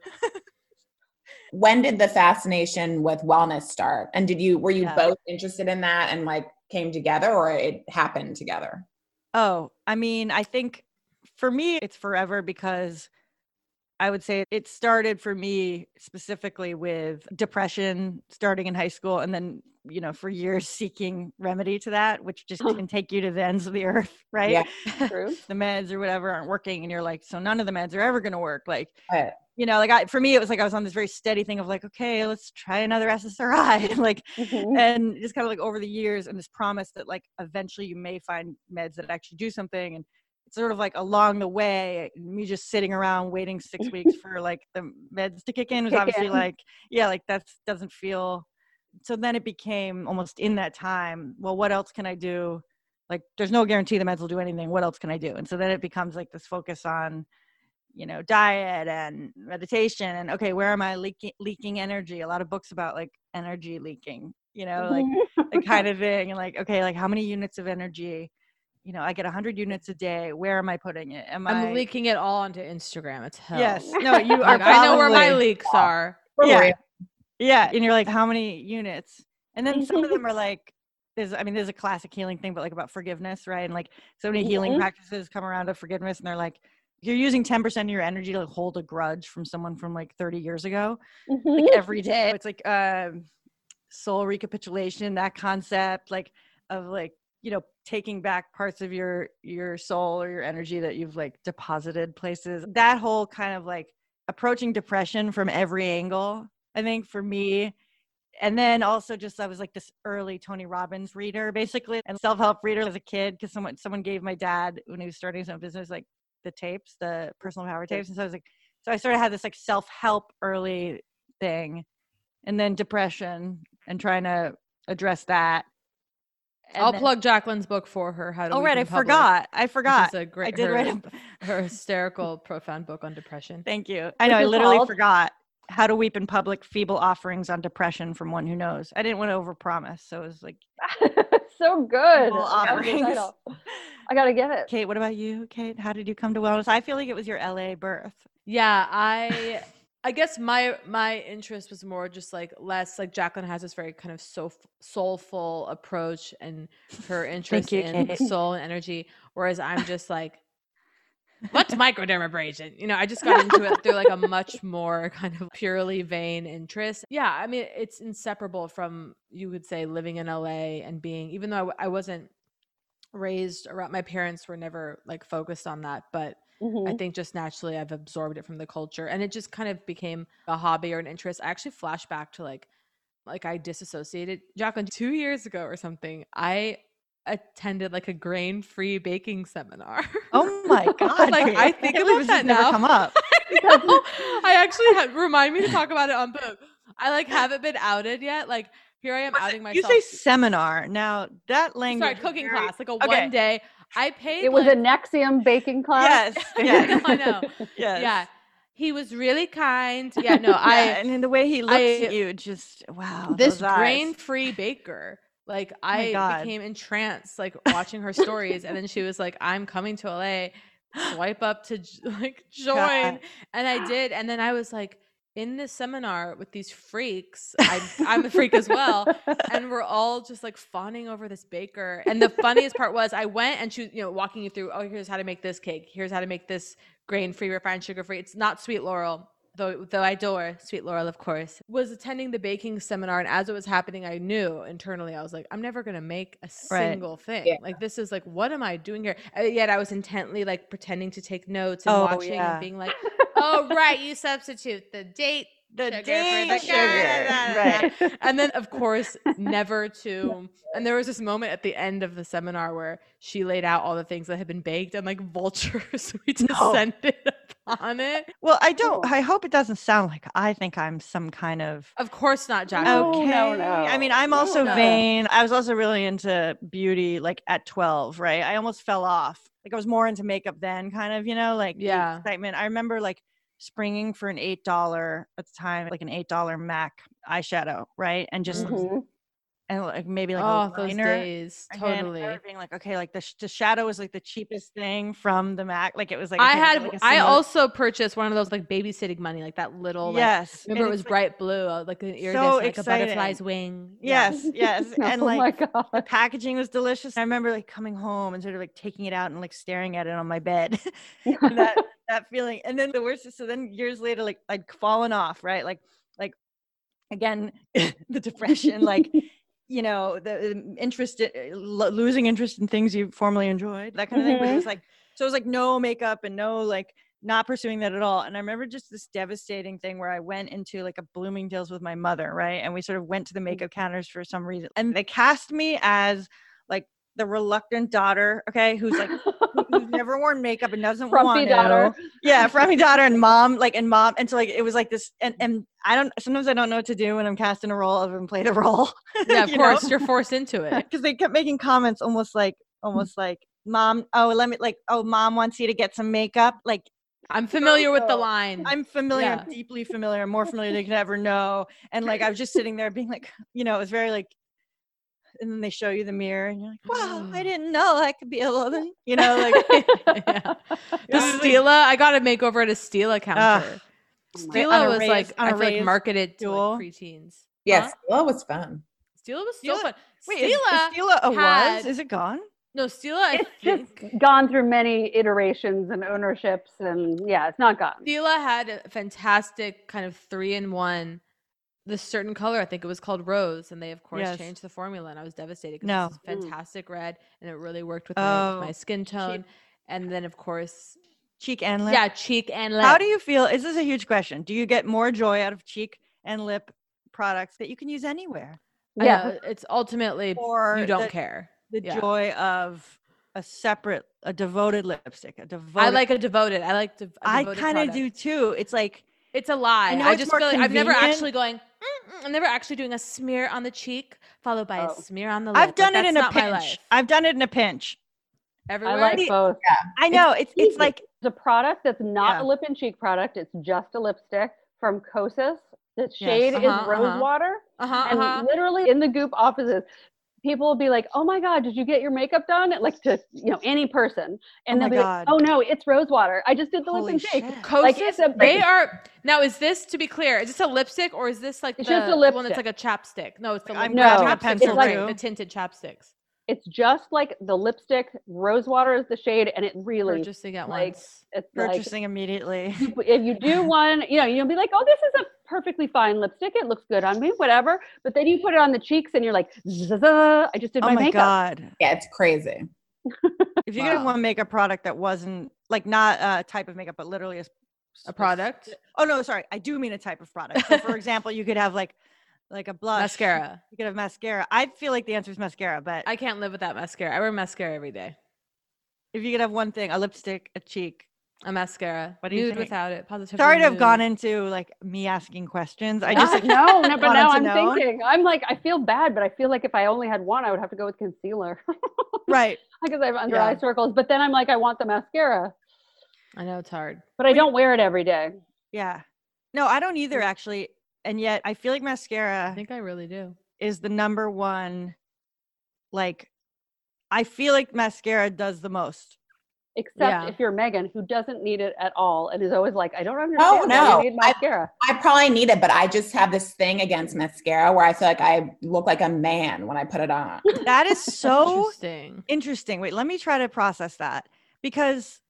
S2: When did the fascination with wellness start? And did you were you
S4: Yeah.
S2: both interested in that and like came together or it happened together?
S4: Oh, I mean, I think for me, it's forever because I would say it started for me specifically with depression starting in high school and then, you know, for years seeking remedy to that, which just can take you to the ends of the earth, right?
S2: Yeah.
S1: True.
S4: The meds or whatever aren't working. And you're like, so none of the meds are ever going to work. Like,
S2: Right.
S4: you know, like I, for me, it was like I was on this very steady thing of like, okay, let's try another SSRI. like,
S1: Mhm.
S4: and just kind of like over the years and this promise that like eventually you may find meds that actually do something and it's sort of like along the way me just sitting around waiting six weeks for like the meds to kick in was
S1: Kick
S4: obviously
S1: in.
S4: like yeah like that doesn't feel so then it became almost in that time well what else can i do like there's no guarantee the meds will do anything what else can i do and so then it becomes like this focus on you know diet and meditation and okay where am i leaking leaking energy a lot of books about like energy leaking you
S3: Mm-hmm.
S4: know like
S1: Mm-hmm.
S4: the kind of thing and like okay like how many units of energy you know i get 100 units a day where am i putting it am
S3: I'm
S4: i
S3: leaking it all onto Instagram. It's hell.
S4: yes no you are
S3: Like, I know where my
S4: probably-
S3: leaks are.
S4: yeah yeah and you're like how many units and then some of them are like there's i mean there's a classic healing thing but like about forgiveness right and like so many healing
S1: Mhm.
S4: practices come around to forgiveness and they're like you're using 10% of your energy to like, hold a grudge from someone from like 30 years ago
S1: Mhm.
S4: like every day. It's like um, soul recapitulation, that concept, like of like you know taking back parts of your your soul or your energy that you've like deposited places. That whole kind of like approaching depression from every angle. I think for me. And then also just I was like this early Tony Robbins reader basically and self-help reader as a kid because someone someone gave my dad when he was starting his own business like the tapes, the personal power tapes. And so I was like so I sort of had this like self-help early thing and then depression and trying to address that. And
S3: I'll
S4: then-
S3: plug Jacqueline's book for her. How to.
S4: Oh
S3: Leak
S4: right,
S3: in
S4: I
S3: Public,
S4: forgot. I
S3: which
S4: forgot.
S3: is a great,
S4: I did
S3: her,
S4: write a
S3: her hysterical, profound book on depression.
S4: Thank you. I
S1: What's
S4: know I
S1: it
S4: literally
S1: called?
S4: forgot. How to weep in public, feeble offerings on depression from one who knows. I didn't want to overpromise, so it was like
S1: so good.
S4: feeble
S1: I gotta give it a
S4: offerings.
S1: title. I gotta give it.
S4: Kate, what about you? Kate, how did you come to wellness? I feel like it was your LA birth.
S3: Yeah, I I guess my my interest was more just like less like Jacqueline has this very kind of soul, soulful approach and her interest
S4: you,
S3: in
S4: Kate.
S3: soul and energy, whereas I'm just like what's microdermabrasion? You know, I just got into it through like a much more kind of purely vain interest. Yeah, I mean, it's inseparable from you would say living in LA and being even though I w- I wasn't raised around my parents were never like focused on that, but
S1: Mhm.
S4: Mm-hmm.
S3: I think just naturally I've absorbed it from the culture and it just kind of became a hobby or an interest. I actually flash back to like like I disassociated Jacqueline two years ago or something. I attended like a grain free baking seminar.
S4: Oh my god!
S3: Like,
S4: Kate,
S3: I
S4: can't
S3: think
S4: believe
S3: about
S4: this
S3: that
S4: has never
S3: now.
S4: come up.
S3: No, I actually had remind me to talk about it on book. I like haven't been outed yet. Like here I am outing
S4: You
S3: myself.
S4: say seminar now. That language.
S3: Sorry,
S4: is
S3: cooking
S4: very-
S3: class, like a
S4: Okay.
S3: one day. I paid.
S1: It was
S3: like,
S1: a Nexium baking class.
S4: Yes. Yes.
S3: I know.
S4: yes.
S3: Yeah, he was really kind. Yeah, no,
S4: Yeah,
S3: I
S4: and then the way he looks
S3: I-
S4: at you, just wow.
S3: this
S4: those eyes.
S3: grain free baker. Like
S4: Oh my
S3: I
S4: God.
S3: became entranced, like watching her stories, and then she was like, "I'm coming to LA, swipe up to j- like join,"
S4: God.
S3: and I did, and then I was like in this seminar with these freaks. I, I'm a freak as well, and we're all just like fawning over this baker. And the funniest part was I went and she was, you know, walking you through, oh, here's how to make this cake. Here's how to make this grain free, refined sugar free. It's not sweet laurel, though though I adore sweet laurel, of course. Was attending the baking seminar and as it was happening, I knew internally, I was like, I'm never gonna make a
S4: Right.
S3: single thing.
S2: Yeah.
S3: Like this is like, what am I doing here? And yet I was intently like pretending to take notes and
S4: Oh,
S3: watching
S4: yeah.
S3: and being like, Oh right, you substitute the date
S4: The
S3: sugar for
S4: date
S3: the
S4: sugar,
S3: da- da- da- da."
S4: right.
S3: and then of course never to and there was this moment at the end of the seminar where she laid out all the things that had been baked and like vultures we descended upon it
S4: Well, I don't.
S3: Oh.
S1: Cool.
S4: I hope it doesn't sound like I think I'm some kind of.
S3: of course not jacqueline
S1: No, no, no.
S4: I mean, I'm
S1: No,
S4: also
S1: no.
S4: vain. I was also really into beauty, like at 12, right? I almost fell off. Like I was more into makeup then, kind of, you know, like the
S3: Yeah.
S4: excitement. I remember like springing for an eight dollar at the time, like an eight dollar Mac eyeshadow, right? And just
S1: Mhm.
S4: and like maybe like
S3: Mm-hmm. oh
S4: a
S3: those
S4: liner.
S3: days
S4: And then I
S3: totally
S4: remember being like, okay, like the, sh- the shadow was like the cheapest thing from the Mac. Like it was like
S3: i
S4: okay, I'll
S3: had
S4: get, like, a
S3: i
S4: single-
S3: also purchased one of those like babysitting money like that little like,
S4: yes.
S3: remember
S4: and
S3: it was
S4: it's, like,
S3: bright blue uh, like an iridescent
S4: so
S3: like a butterfly's
S4: exciting.
S3: wing Yeah.
S4: Yes, yes, and
S1: oh
S4: like
S1: my god.
S4: packaging was delicious. I remember like coming home and sort of like taking it out and like staring at it on my bed. and that that feeling. And then the worst is so then years later, like I'd fallen off, right? Like like again, the depression, like you know, the um, interest, i- lo- losing interest in things you formerly enjoyed, that kind of thing. But it
S1: Mhm.
S4: was like so it was like no makeup and no like not pursuing that at all. And I remember just this devastating thing where I went into like a Bloomingdale's with my mother, right? And we sort of went to the makeup
S1: Mm-hmm.
S4: counters for some reason. And they cast me as like the reluctant daughter, okay, who's like who- who's never worn makeup and doesn't
S1: Frumpy
S4: want
S1: daughter.
S4: to. Yeah, frumpy daughter and mom, like and mom, and so like it was like this, and and I don't sometimes I don't know what to do when I'm cast in a role of and played a role
S3: yeah of
S4: You know?
S3: course you're forced into it
S4: because they kept making comments almost like
S3: Hmm.
S4: almost like mom. Oh, let me like. Oh, mom wants you to get some makeup. Like
S3: I'm familiar with the
S4: Oh,
S3: line.
S4: I'm familiar,
S3: Mm. Yeah.
S4: deeply familiar, more familiar than you could ever know. And like I was just sitting there being like, you know, it was very like. And then they show you the mirror, and you're like, "Wow, I
S3: Mm.
S4: didn't know I could be a woman." You know, like
S3: yeah. The
S4: Yeah.
S3: Stila, I got a makeover at a Stila counter.
S4: on
S3: Stila
S4: a
S3: was
S4: raise-
S3: like
S4: on
S3: I
S4: a
S3: feel like
S4: raised
S3: marketed to
S4: stool.
S3: like preteens.
S2: Yes,
S3: Huh?
S2: that was fun.
S3: Stila was so
S4: Stila-
S3: fun.
S4: wait, is- is
S3: Stila,
S4: Stila a
S3: had-
S4: was? Is it gone?
S3: no Stila. I
S1: It's
S3: think
S1: just gone through many iterations and ownerships, and yeah, it's not gone.
S3: Stila had a fantastic kind of three in one. The certain color, I think it was called rose, and they of course
S4: Yes.
S3: changed the formula, and I was devastated. 'cause
S4: No.
S3: this is
S1: Mm.
S3: fantastic red, and it really worked with my, with my
S4: Oh,
S3: skin tone. And then of course,
S4: Cheek and lip.
S3: yeah, cheek and lip.
S4: How do you feel? Is this a huge question? Do you get more joy out of cheek and lip products that you can use anywhere,
S3: I
S1: Yeah,
S3: know, it's ultimately
S4: or
S3: you don't
S4: the,
S3: care.
S4: The
S3: Yeah.
S4: joy of a separate, a devoted lipstick, a devoted.
S3: I like a devoted. I like to.
S4: I kind of do too. It's like
S3: It's a lie. I,
S4: know it's
S3: just
S4: more
S3: feel like I'm never
S4: convenient.
S3: actually going. "Mm-mm," I'm never actually doing a smear on the cheek followed by
S1: Oh.
S3: a smear on the lip.
S4: I've
S3: Like,
S4: done it
S3: that's
S4: in a
S3: not my life.
S4: pinch. I've done it in a pinch.
S1: I
S3: Everywhere.
S1: like both.
S4: I know it's it's,
S1: easy.
S4: like
S1: It's a product that's not
S4: Yeah.
S1: a lip and cheek product. It's just a lipstick from Kosas. The
S4: Yes.
S1: shade is
S3: Uh-huh, uh-huh.
S1: rose water.
S3: uh-huh,
S1: And
S3: uh-huh.
S1: literally in the goop offices, people will be like, oh my God, did you get your makeup done? Like to, you know, any person. And
S4: my
S1: they'll be
S4: God.
S1: like, oh no, it's rose water. I just did the
S4: holy
S1: lip and cheek.
S4: shit.
S3: Kosas,
S1: like, it's a
S3: they
S1: big-
S3: are now. Is this to be clear? Is this a lipstick or is this like
S1: It's
S3: the,
S1: just a
S3: the one that's
S1: lipstick.
S3: like a chapstick? No, it's the
S4: I'm
S3: lip-
S1: grabbing a
S3: chapsticks are
S4: pencil
S3: great,
S4: too.
S3: the tinted chapsticks.
S1: It's just like the lipstick, rose water is the shade, and it really,
S3: Purchasing at
S1: like,
S3: once.
S1: it's like,
S4: purchasing immediately.
S1: you- if you do one, you know, you'll be like, oh, this is a perfectly fine lipstick. It looks good on me, whatever. But then you put it on the cheeks and you're like, "Zzzz, I just did
S4: Oh
S1: my,
S4: my
S1: makeup.
S4: god!
S2: Yeah, it's crazy.
S4: If you could have
S2: Wow.
S4: one makeup product that wasn't like not a type of makeup, but literally a, s-
S3: A
S4: s-
S3: product,
S4: Oh no, sorry. I do mean a type of product. So for example, you could have like like a blush.
S3: mascara.
S4: You could have mascara. I feel like the answer is mascara, but
S3: I can't live without mascara. I wear mascara every day.
S4: if you could have one thing, a lipstick, a cheek.
S3: A mascara.
S4: What do you
S3: nude
S4: think?
S3: without it. Positive.
S4: Sorry to have gone into like me asking questions. I just
S1: no, no, but
S4: wanted
S1: now
S4: to
S1: I'm
S4: know.
S1: thinking, I'm like, I feel bad, but I feel like if I only had one, I would have to go with concealer
S4: right.
S1: because I have under
S4: Yeah.
S1: eye circles. But then I'm like, I want the mascara,
S3: I know it's hard.
S1: but I don't wear it every day.
S4: Yeah. No, I don't either actually. And yet I feel like mascara
S3: I think I really do.
S4: is the number one like I feel like mascara does the most.
S1: Except
S3: Yeah.
S1: if you're Megan, who doesn't need it at all and is always like, I don't understand. why
S2: no,
S1: You need
S2: I-
S1: mascara.
S2: I probably need it, but I just have this thing against mascara where I feel like I look like a man when I put it on.
S4: That is so
S3: Interesting.
S4: interesting. Wait, let me try to process that because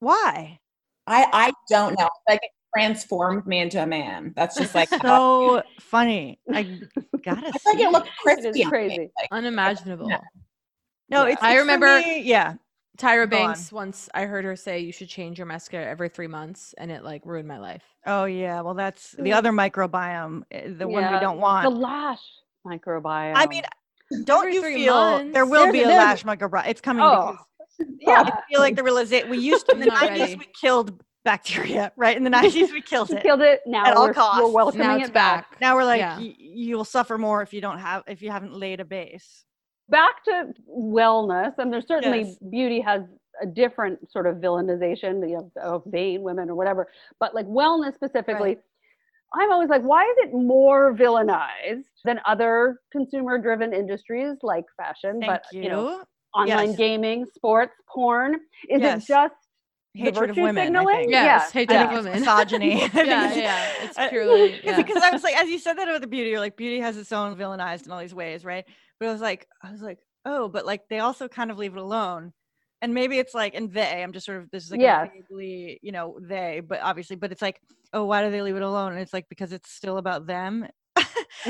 S4: why?
S2: I I don't know. Like it transformed me into a man. That's just like how-
S4: So funny. I gotta
S2: I feel like
S4: see.
S2: it looked
S1: It
S2: crispy.
S1: is
S2: on me.
S1: crazy.
S2: Like,
S3: Unimaginable.
S4: No,
S1: Yeah.
S4: it's,
S3: I
S4: it's for
S3: remember-
S4: me- yeah.
S3: Tyra
S4: Go on.
S3: Banks once I heard her say you should change your mascara every three months and it like ruined my life.
S4: Oh yeah. Well, that's the
S1: Mm.
S4: other microbiome, eh, the one we
S1: Yeah,
S4: don't
S1: The
S4: want.
S1: lash microbiome.
S4: I mean, don't
S3: every
S4: you
S3: three
S4: feel there
S3: months.
S4: will
S1: There's
S4: be a
S1: another-
S4: lash microbiome? It's coming.
S1: Oh,
S4: because
S1: yeah.
S4: I feel like the realization we used to in the
S3: Not
S4: nineties
S3: ready.
S4: we killed bacteria, right? In the nineties we killed
S1: We
S4: it.
S1: killed it. Now
S4: At all
S1: we're, we're
S4: costs.
S1: welcoming
S3: now it's
S1: it back.
S3: back.
S4: Now we're like,
S3: Yeah.
S4: y- you'll suffer more if you don't have if you haven't laid a base.
S1: back to wellness, and there's certainly
S4: Yes.
S1: beauty has a different sort of villainization you know, of vain women or whatever, but like wellness specifically, I'm always like, why is it more villainized than other consumer driven industries like fashion,
S4: Thank
S1: but
S4: you.
S1: know, online
S4: Yes.
S1: gaming, sports, porn? Is
S4: Yes.
S1: it just the
S4: Hatred of
S1: virtue
S4: women. I
S1: signaling?
S4: think.
S3: Yes,
S1: Yeah.
S3: hatred
S4: I
S3: of
S4: think it's
S3: women.
S4: misogyny. Uh, I think
S3: yeah,
S4: it's-
S3: yeah. It's
S4: I-
S3: purely
S4: Because
S3: yeah.
S4: because I was like, as you said that about the beauty, you're like, beauty has its own villainized in all these ways, right? But I was like, I was like, oh, but like they also kind of leave it alone. And maybe it's like, and they, I'm just sort of, this is like, a
S1: Yes.
S4: vaguely, you know, they, but obviously, but it's like, oh, why do they leave it alone? And it's like, because it's still about them.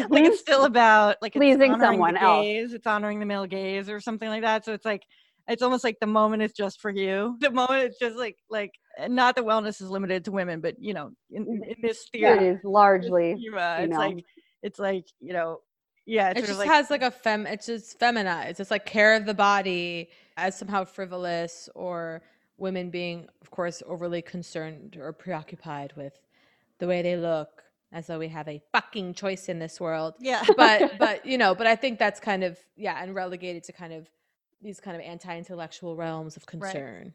S4: like it's still about like it's
S1: Pleasing
S4: honoring the
S1: someone else.
S4: gaze, It's honoring the male gaze or something like that. So it's like, it's almost like the moment is just for you. The moment it's just like, like, and not that wellness is limited to women, but you know, in, in in this theory,
S1: It is
S4: it's
S1: largely
S4: Yuma. It's
S1: female.
S4: like it's like you know, yeah. It's
S3: it
S4: sort of
S3: just
S4: like
S3: has like a fem it's just feminized. It's like care of the body as somehow frivolous or women being of course overly concerned or preoccupied with the way they look as though we have a fucking choice in this world.
S4: yeah,
S3: but but you know but i think that's kind of yeah and relegated to kind of these kind of anti-intellectual realms of concern.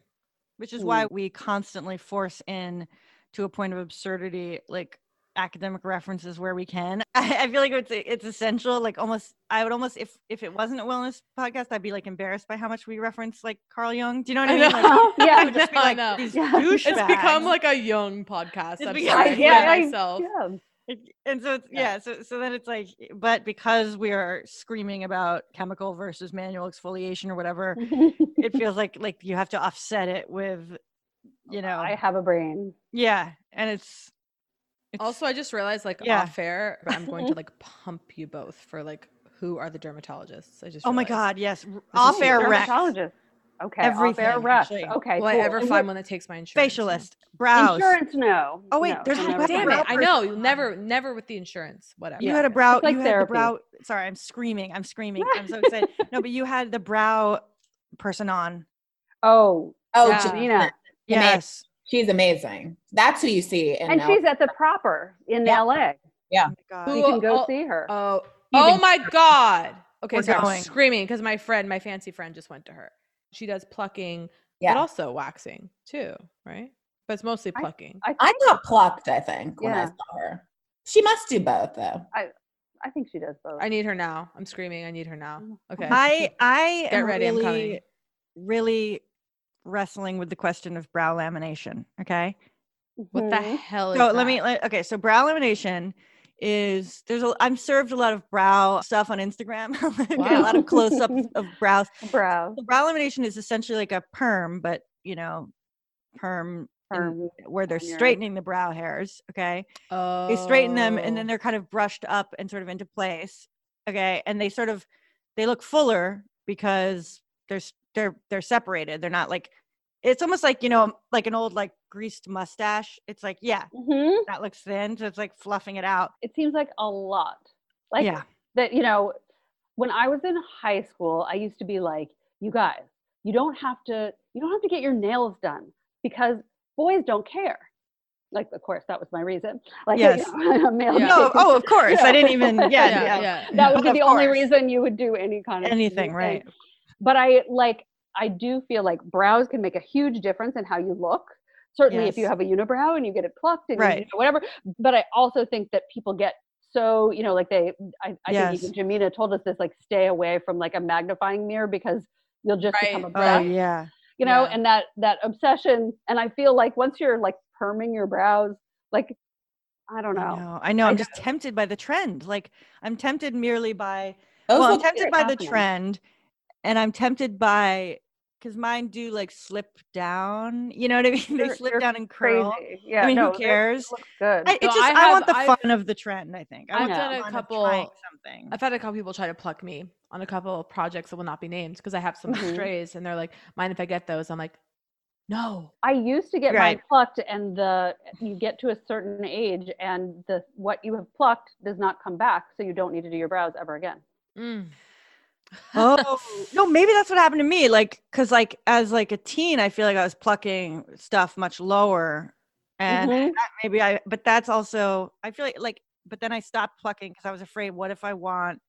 S4: which is why we constantly force in to a point of absurdity like academic references where we can i, I feel like it's it's essential like almost i would almost if if it wasn't a wellness podcast i'd be like embarrassed by how much we reference like carl jung do you know what i,
S3: I
S4: mean
S3: know.
S4: Like,
S1: Oh,
S4: I
S1: yeah,
S4: would just be
S3: I
S4: like
S3: know.
S4: these
S1: Yeah.
S4: douchebags.
S3: It's become like a young podcast.
S4: It's
S3: I'm
S4: become-
S3: sorry,
S1: yeah,
S3: yeah,
S1: I-
S3: myself.
S1: yeah.
S4: It- and so it's,
S3: Yeah.
S4: yeah. so so then it's like but because we are screaming about chemical versus manual exfoliation or whatever it feels like like you have to offset it with you know
S1: I have a brain.
S4: yeah and it's, it's
S3: Also, I just realized like
S4: Yeah.
S3: off air, but I'm going to like pump you both for like who are the dermatologists? I just
S4: oh my
S3: realized.
S4: god yes r- off air
S1: Ooh,
S4: rec
S1: dermatologist. Okay, off-air
S4: Everything,
S1: rec.
S4: actually.
S1: Okay,
S3: Will
S1: cool.
S3: I ever
S1: And
S3: find one that takes my insurance? No.
S4: facialist brows
S1: Insurance, no.
S4: Oh, wait,
S1: No,
S4: there's
S1: I'll
S4: no
S1: never
S4: web
S1: do
S3: Damn
S1: that.
S3: it! I
S4: person.
S3: know never, never with the insurance. Whatever.
S4: you
S1: Yeah.
S4: had a brow
S1: It's like
S4: you had the
S1: therapy.
S4: brow sorry i'm screaming i'm screaming i'm so excited no but you had the brow person on
S1: Oh,
S2: Oh,
S3: Yeah.
S2: Janina,
S1: Gina.
S2: Amazing.
S4: yes
S2: she's amazing. That's who you see. In
S1: And
S2: L-
S1: she's at the proper in
S2: Yeah.
S1: LA.
S4: oh my
S3: Who
S1: You
S4: god
S1: can
S3: Oh,
S1: go
S3: oh,
S1: see her.
S3: Oh, oh my god! Okay,
S4: We're
S3: so I'm
S4: going.
S3: screaming because my friend, my fancy friend, just went to her. She does plucking,
S2: Yeah.
S3: but also waxing too, right? But it's mostly
S1: I-
S3: plucking.
S1: I,
S2: I got plucked, I think, when I
S1: Yeah.
S2: saw her. She must do both though.
S1: I think she does both.
S3: I need her now. I'm screaming. I need her now. Okay.
S4: Mm. i i
S3: Get
S4: am
S3: ready, I'm coming.
S4: really really wrestling with the question of brow lamination okay
S3: what the
S1: Mhm.
S3: hell is
S4: Mm. so let me
S3: that?
S4: let, okay so brow lamination is there's a i'm served a lot of brow stuff on instagram I get a lot
S1: Wow.
S4: of close-ups of brows
S1: Brow,
S4: So brow lamination is essentially like a perm but you know perm in-
S1: perm.
S4: where they're
S1: on your-
S4: straightening the brow hairs okay
S3: Oh.
S4: they straighten them and then they're kind of brushed up and sort of into place okay and they sort of they look fuller because they're s- they're they're separated they're not like it's almost like you know like an old like greased mustache it's like yeah
S1: Mhm.
S4: that looks thin so it's like fluffing it out
S1: It seems like a lot. Like
S4: yeah
S1: that, you know, when I was in high school, I used to be like, you guys, you don't have to you don't have to get your nails done because boys don't care. Like of course that was my reason. Like you
S4: Yes.
S1: know, male
S3: Yeah.
S4: no oh of course i didn't even yeah
S1: Yeah,
S4: yeah,
S1: that would be
S4: Of
S1: the only
S4: course.
S1: reason you would do any kind of
S4: anything right
S1: thing. But I like I do feel like brows can make a huge difference in how you look. Certainly if you
S4: Yes.
S1: have a unibrow and you get it plucked and you-
S4: Right.
S1: whatever. But I also think that people get so, you know, like they I, I
S4: Yes.
S1: think even Jamina told us this, like stay away from like a magnifying mirror because you'll just become
S3: Right.
S1: a
S3: Oh,
S4: oh
S1: breath,
S4: yeah
S1: you know,
S3: yeah.
S1: and that that obsession. And I feel like once you're like perming your brows, like I don't
S4: I
S1: know.
S4: know. I know.
S1: I
S4: I'm just tempted by the trend. Like I'm tempted merely by
S2: Those
S4: well, I'm
S2: look-
S4: tempted
S1: great
S4: by the
S1: happening.
S4: trend, and I'm tempted by because mine do like slip down. You know what I mean? They
S1: You're-
S4: slip
S1: you're
S4: down and
S1: Crazy.
S4: curl.
S1: Yeah.
S4: I mean,
S1: no,
S4: who
S1: they
S4: cares?
S1: look Good.
S4: I, it's
S3: No,
S4: just
S3: I
S4: I, want the
S3: have- I've-
S4: fun of the trend. I think I
S3: I've
S4: want the
S1: done
S3: a
S4: fun of trying
S3: couple-
S4: something.
S3: I've had a couple people try to pluck me on a couple of projects that will not be named because I have some
S4: Mm-hmm.
S1: Mhm.
S3: strays and they're like, mind if I get those? I'm like, no.
S1: I used to get mine
S4: Right.
S1: plucked, and the you get to a certain age, and the what you have plucked does not come back, so you don't need to do your brows ever again.
S3: Mm.
S4: oh no maybe that's what happened to me like because like as like a teen i feel like i was plucking stuff much lower and
S1: Mhm.
S4: that maybe i but that's also i feel like, like but then i stopped plucking because i was afraid what if i want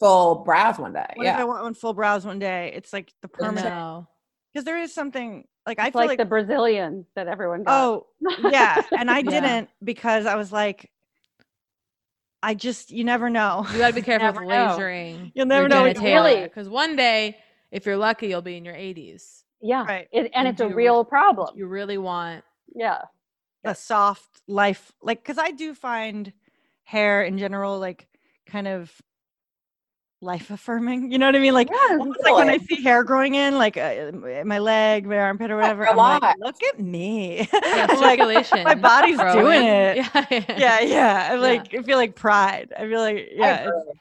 S2: full brows one day.
S4: what if
S2: yeah.
S4: i want one full brows one day it's like the
S3: Mm-hmm.
S4: permanent
S3: no.
S4: because there is something like i
S1: It's
S4: feel
S1: like,
S4: like,
S1: the Brazilian that everyone got.
S4: oh yeah and i
S3: Yeah.
S4: didn't because i was like i just you never know
S3: You gotta be careful
S1: never
S3: with
S1: know.
S3: lasering.
S4: You'll never know what
S1: you want. Really.
S3: Because one day, if you're lucky, you'll be in your 80s.
S1: yeah,
S4: right.
S1: it, and
S3: You
S1: it's a
S3: do
S1: real problem.
S3: You really want.
S1: yeah,
S4: a soft life like because i do find hair in general like kind of life affirming you know what i mean like
S1: Yes.
S4: almost like when i
S2: Totally.
S4: see hair growing in like uh, m- my leg my armpit or whatever
S2: a
S4: I'm like,
S2: lot.
S4: look at me
S3: Yeah,
S4: I'm like,
S3: circulation.
S4: my body's
S3: growing.
S4: doing it yeah
S3: Yeah.
S4: yeah,
S3: Yeah.
S4: I'm like i feel like pride i feel like
S2: I
S4: yeah it's-
S2: agree.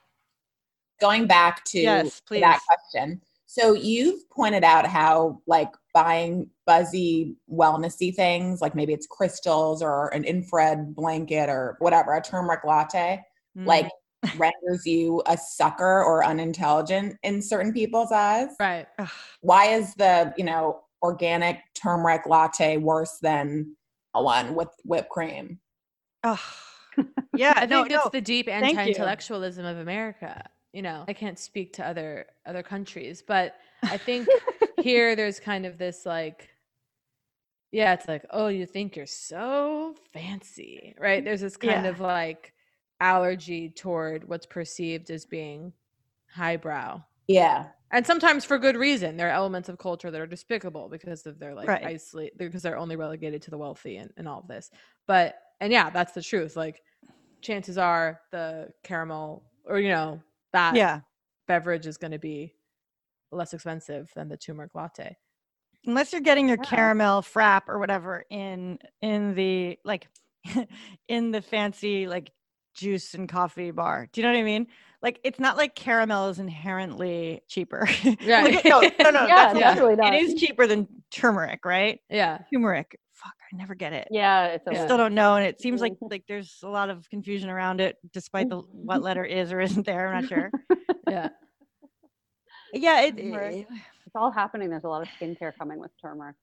S2: Going back to
S4: yes
S2: to
S4: please
S2: that question. So you've pointed out how like buying buzzy wellnessy things, like maybe it's crystals or an infrared blanket or whatever, a turmeric latte,
S4: mm. Mm-hmm.
S2: like renders you a sucker or unintelligent in certain people's eyes.
S3: Right.
S4: Ugh.
S2: Why is the, you know, organic turmeric latte worse than a one with whipped cream?
S4: Ugh. yeah
S3: I
S4: no,
S3: think it's
S4: no.
S3: the deep
S4: Thank you.
S3: anti-intellectualism of America. You know, I can't speak to other other countries, but I think here there's kind of this like yeah, it's like, oh, you think you're so fancy, right? There's this kind
S4: Yeah.
S3: of like allergy toward what's perceived as being highbrow.
S2: Yeah.
S3: And sometimes for good reason. There are elements of culture that are despicable because of their like
S4: Right.
S3: isolate because they're only relegated to the wealthy and, and all of this. But and yeah, that's the truth. Like chances are the caramel or you know, that
S4: yeah.
S3: beverage is going to be less expensive than the turmeric latte.
S4: Unless you're getting your
S3: Yeah.
S4: caramel frap or whatever in in the like in the fancy like juice and coffee bar. Do you know what I mean? Like it's not like caramel is inherently cheaper.
S3: Yeah.
S4: Look at- no, no, no.
S1: yeah,
S4: that's
S1: it's
S3: yeah.
S1: really not.
S4: It is cheaper than turmeric, right?
S3: Yeah.
S4: Turmeric. Fuck, I never get it.
S1: Yeah, it's a
S4: I
S3: Yeah. Mm-hmm.
S4: still don't know, and it seems like
S1: Mhm.
S4: like there's a lot of confusion around it, despite the what letter is or isn't there. I'm not sure.
S3: Yeah.
S4: Yeah, it,
S1: Turmeric.
S4: it-
S1: It's all happening. There's a lot of skincare coming with turmeric.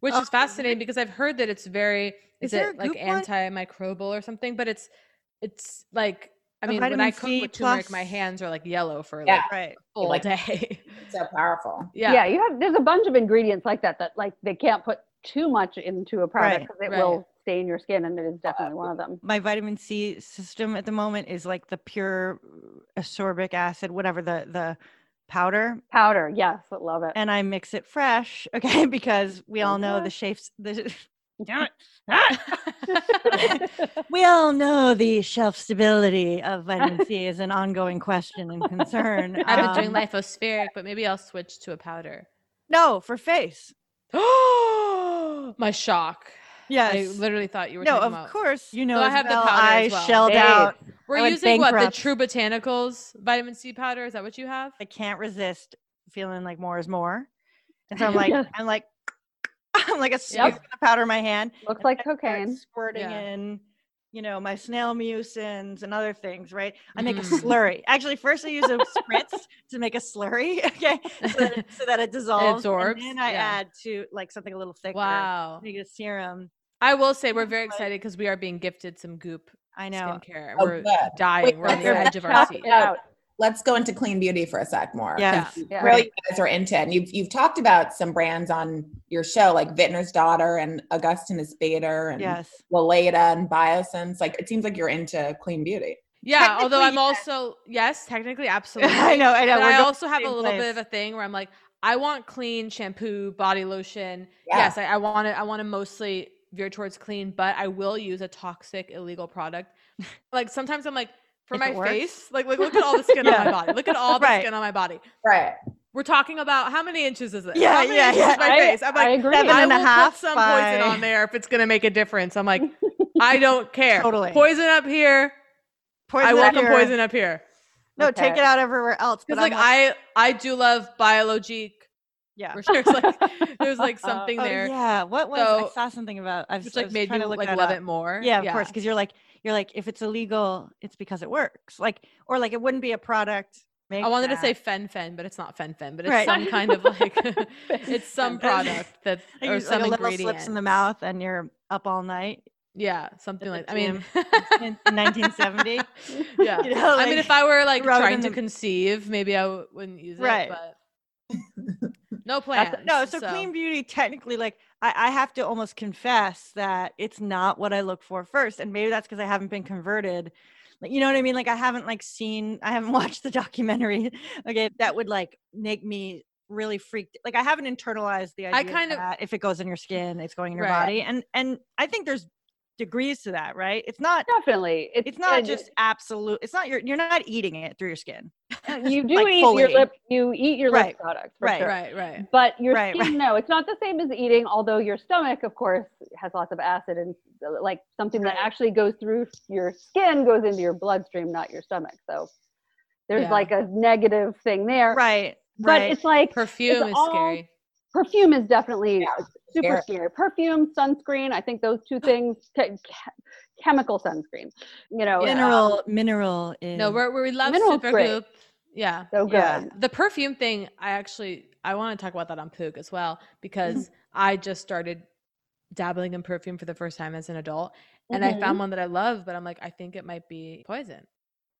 S3: Which
S4: Oh,
S3: is fascinating because I've heard that it's very
S4: Is
S3: is,
S4: there a
S3: it like
S4: goop one?
S3: antimicrobial or something, but it's it's like I
S4: A
S3: mean when I
S4: vitamin
S3: cook
S4: C
S3: with turmeric my
S4: plus?
S3: hands are like yellow for
S2: Yeah.
S3: like
S4: right.
S3: all
S2: Like-
S3: day.
S2: So powerful.
S3: yeah.
S1: you have there's a bunch of ingredients like that that like they can't put too much into a product
S4: Right, Uh,
S1: because it
S3: right.
S1: will stain your skin, and it is definitely one of them.
S4: My vitamin C system at the moment is like the pure uh, ascorbic acid, whatever the the powder,
S1: Powder, yes, I love it.
S4: and I mix it fresh. Okay, because we all
S1: Okay.
S4: know
S3: Mm-hmm.
S4: the shapes. The, Damn it. we all know the shelf stability of vitamin C is an ongoing question and concern.
S3: I've been doing
S4: Um,
S3: lipospheric, but maybe I'll switch to a powder.
S4: no for face.
S3: my shock. I
S4: Yes.
S3: literally thought you were
S4: no,
S3: talking
S4: of
S3: about
S4: course. You know,
S3: I
S4: as
S3: have the
S4: well,
S3: powder
S4: I
S3: as well.
S4: shelled
S1: Babe.
S4: out.
S3: We're
S4: I went
S3: using what the
S4: bankrupt.
S3: True Botanicals vitamin C powder. Is that what you have?
S4: I can't resist feeling like more is more. And so I'm like,
S1: Yeah.
S4: I'm like, I'm like a snake
S1: Yep.
S4: with the powder in my hand.
S1: Looks
S4: and
S1: like
S4: I start
S1: cocaine.
S4: Squirting
S3: Yeah.
S4: in, you know, my snail mucins and other things, right? I make a
S3: Mhm.
S4: slurry. Actually, first I use a spritz to make a slurry, okay? So that it, so that it dissolves.
S3: absorbs,
S4: And then I
S3: yeah.
S4: add to like something a little thicker.
S3: Wow.
S4: Make a serum.
S3: I will say we're
S4: Sounds
S3: very
S4: like-
S3: excited because we are being gifted some goop
S4: I know.
S3: skincare.
S2: Oh,
S3: we're
S2: good.
S3: dying.
S2: Wait,
S3: we're on the
S2: you're
S3: edge of our
S1: Shock
S3: seat.
S1: it out.
S2: Let's go into clean beauty for a sec more.
S4: Yeah.
S3: Yeah.
S1: Yeah.
S2: Really, you guys are into it. And you've, you've talked about some brands on your show, like Vintner's Daughter and Augustinus Bader and
S4: Yes.
S2: Weleda and Biosense. Like, it seems like you're into clean beauty.
S3: Yeah. Although
S4: Technically,
S3: I'm also yes, technically, absolutely.
S4: I know. I know.
S3: But
S4: We're
S3: I
S4: going
S3: also have a
S4: same
S3: little bit of a
S4: place.
S3: thing where I'm like, I want clean shampoo, body lotion.
S2: Yeah.
S3: Yes, I, I want to. I want to mostly veer towards clean, but I will use a toxic illegal product. Like sometimes I'm like. For
S4: If
S3: my
S4: it works.
S3: face, like, like look at all the skin on
S4: Yeah.
S3: my body. Look at all the
S4: Right.
S3: skin on my body.
S2: Right.
S3: We're talking about how many inches is it?
S4: Yeah,
S3: how many
S4: yeah,
S3: inches
S4: yeah.
S3: Is my
S1: I-
S3: face. I'm like,
S1: I agree.
S4: seven
S3: I
S4: and a
S3: will
S4: half
S3: put some
S4: by-
S3: poison on there if it's gonna make a difference. I'm like, I don't care.
S4: Totally.
S3: Poison up here.
S4: Poison
S3: I
S4: up
S3: welcome
S4: your-
S3: poison up here.
S4: No, take
S1: Okay.
S4: it out everywhere else.
S3: Because
S4: Because
S3: like I I do love biologique.
S4: yeah.
S3: For sure. It's like there's like something
S4: Oh,
S3: there
S4: yeah. What was
S3: So-
S4: I saw something about? I've
S3: which
S4: I
S3: like
S4: was
S3: made
S4: trying
S3: me
S4: to look
S3: like
S4: that
S3: love
S4: up.
S3: it more.
S4: Yeah, of course, because you're like you're like if it's illegal, it's because it works. Like or like it wouldn't be a product. Make
S3: I wanted to say
S4: that.
S3: fen fen, but it's not fen fen, but it's
S4: Right.
S3: some kind of like it's some
S4: Fen fen.
S3: product that
S4: I
S3: or
S4: use,
S3: some
S4: like a little
S3: ingredient.
S4: slips in the mouth and you're up all night
S3: Yeah, something
S4: the
S3: like I mean
S4: in 1970.
S3: yeah.
S4: You know,
S3: I mean,
S4: like,
S3: if I were like
S4: rather
S3: trying
S4: than
S3: to
S4: the-
S3: conceive, maybe I w- wouldn't use
S4: Right.
S3: it. But no plans.
S1: That's-
S4: no, so, clean beauty technically, like I, I have to almost confess that it's not what I look for first, and maybe that's because I haven't been converted. Like, you know what I mean? Like I haven't like seen, I haven't watched the documentary. Okay, that would like make me really freaked. Like I haven't internalized the idea.
S3: kind of-
S4: that if it goes in your skin, it's going in your
S3: Right.
S4: body, and and I think there's degrees to that, right? It's not.
S1: Definitely.
S4: It's not
S1: it-
S4: just absolute. It's not your. You're not eating it through your skin.
S1: you do
S4: like,
S1: eat your
S4: fully.
S1: lip you eat your
S4: Right,
S1: lip product for
S4: right,
S1: sure.
S3: Right, right.
S1: But your
S4: Right,
S1: skin, no, it's not the same as eating, although your stomach, of course, has lots of acid and uh, like something that
S4: Right.
S1: actually goes through your skin goes into your bloodstream, not your stomach. So there's
S3: Yeah.
S1: like a negative thing there.
S4: Right.
S1: But
S4: right.
S1: it's like
S3: Perfume is
S1: all-
S3: scary.
S1: perfume is definitely
S2: Yeah,
S1: super
S2: scary.
S1: scary. Perfume, sunscreen, I think those two things, che- che- chemical sunscreen, you know, uh,
S3: Yeah.
S4: mineral. mineral is
S3: No, we're, we're- we love
S1: Mineral
S3: super
S1: grade.
S3: goop. Yeah.
S1: so good.
S4: Yeah.
S3: The perfume thing, I actually I want to talk about that on Poog as well
S4: Mm-hmm.
S3: because I just started dabbling in perfume for the first time as an adult, and I
S1: Mhm.
S4: Mm-hmm.
S3: found one that I love, but I'm like, I think it might be poison.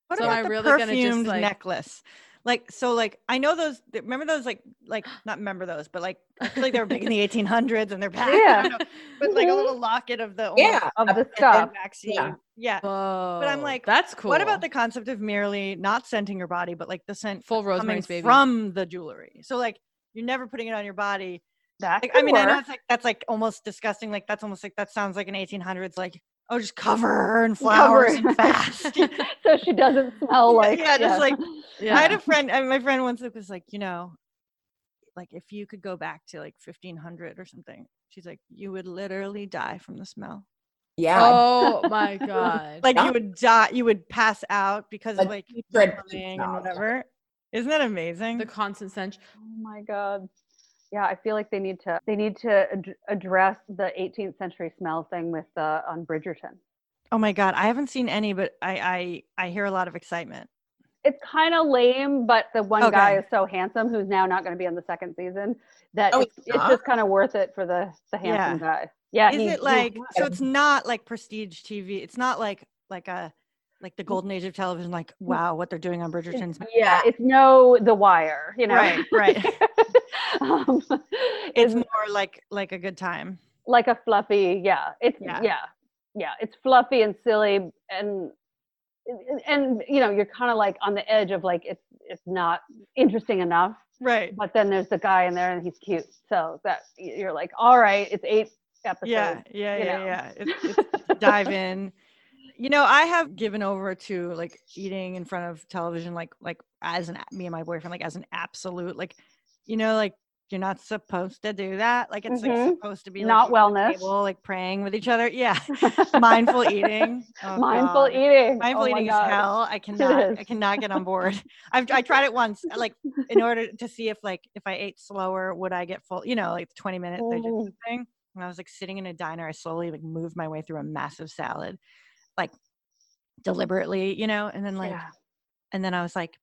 S4: What
S3: So
S4: about
S3: am I
S4: the
S3: really gonna just,
S4: perfumed
S3: like-
S4: necklace? like so like I know those remember those like like not remember those but like I feel like they were big in the 1800s and they're back I
S1: Yeah.
S4: don't know, with like a little
S3: Mm-hmm.
S4: locket of the
S2: Yeah,
S1: of the
S4: yeah.
S1: stuff.
S4: vaccine
S2: Yeah.
S4: yeah
S3: Whoa.
S4: I'm like,
S3: that's cool.
S4: what about the concept of merely not scenting your body but like the scent
S3: full
S4: coming
S3: Rosemary's Baby?
S4: from the jewelry so like you're never putting it on your body
S1: That
S4: like
S1: could
S4: I mean I know
S1: work.
S4: it's like that's like almost disgusting like that's almost like that sounds like an 1800s like oh just cover her in flowers
S1: Cover.
S4: and fast
S1: so she doesn't smell
S4: Yeah,
S1: like
S4: yeah, just like-
S3: yeah.
S4: I had a friend, and my friend once was like, you know, like if you could go back to like 1500 or something, she's like, you would literally die from the smell.
S2: Yeah.
S3: oh my god.
S4: Like
S2: Yeah.
S4: you would die, you would pass out because of like
S2: Like, putrid
S4: dying
S2: smell,
S4: and
S2: yeah.
S4: whatever. Isn't that amazing?
S3: the constant sense.
S1: Oh my god. Yeah, I feel like they need to they need to ad- address the 18th century smell thing with uh, on Bridgerton.
S4: oh my god, I haven't seen any, but I I I hear a lot of excitement.
S1: It's kind of lame, but the one guy
S4: Okay.
S1: is so handsome who's now not going to be on the second season that
S2: Oh,
S1: it's,
S2: he's
S1: it's
S2: not?
S1: just kind of worth it for the the handsome guy. Yeah,
S4: Is
S1: he-
S4: it
S1: he-
S4: like so?
S2: yeah.
S4: It's not like prestige TV. It's not like like a like the golden age of television. Like wow, what they're doing on Bridgerton's.
S1: yeah, it's no The Wire, you know.
S4: Right, right.
S1: um,
S4: It's
S1: it's
S4: more like like a good time.
S1: like a fluffy yeah it's yeah
S4: Yeah.
S1: yeah, it's fluffy and silly and and- and you know you're kind of like on the edge of like it's it's not interesting enough
S4: Right.
S1: but then there's the guy in there and he's cute so that y- you're like all right it's eight episodes
S4: yeah yeah
S1: you
S4: yeah
S1: know.
S4: yeah it's, it's to dive in you know i have given over to like eating in front of television like like as an me and my boyfriend like as an absolute like you know like you're not supposed to do that like
S1: Mhm.
S4: it's like supposed to be like,
S1: not
S4: you at the
S1: wellness
S4: table, like praying with each other yeah mindful eating Oh,
S1: mindful
S4: God.
S1: eating
S4: mindful
S1: oh my
S4: eating is
S1: God.
S4: hell i cannot i
S1: is.
S4: cannot get on board i've i tried it once uh, like in order to see if like if i ate slower would i get full you know like 20 minutes I just-
S1: Mm.
S4: thing. And I was like sitting in a diner. I slowly like moved my way through a massive salad, like deliberately, you know, and then like,
S1: Yeah.
S4: and then I was like,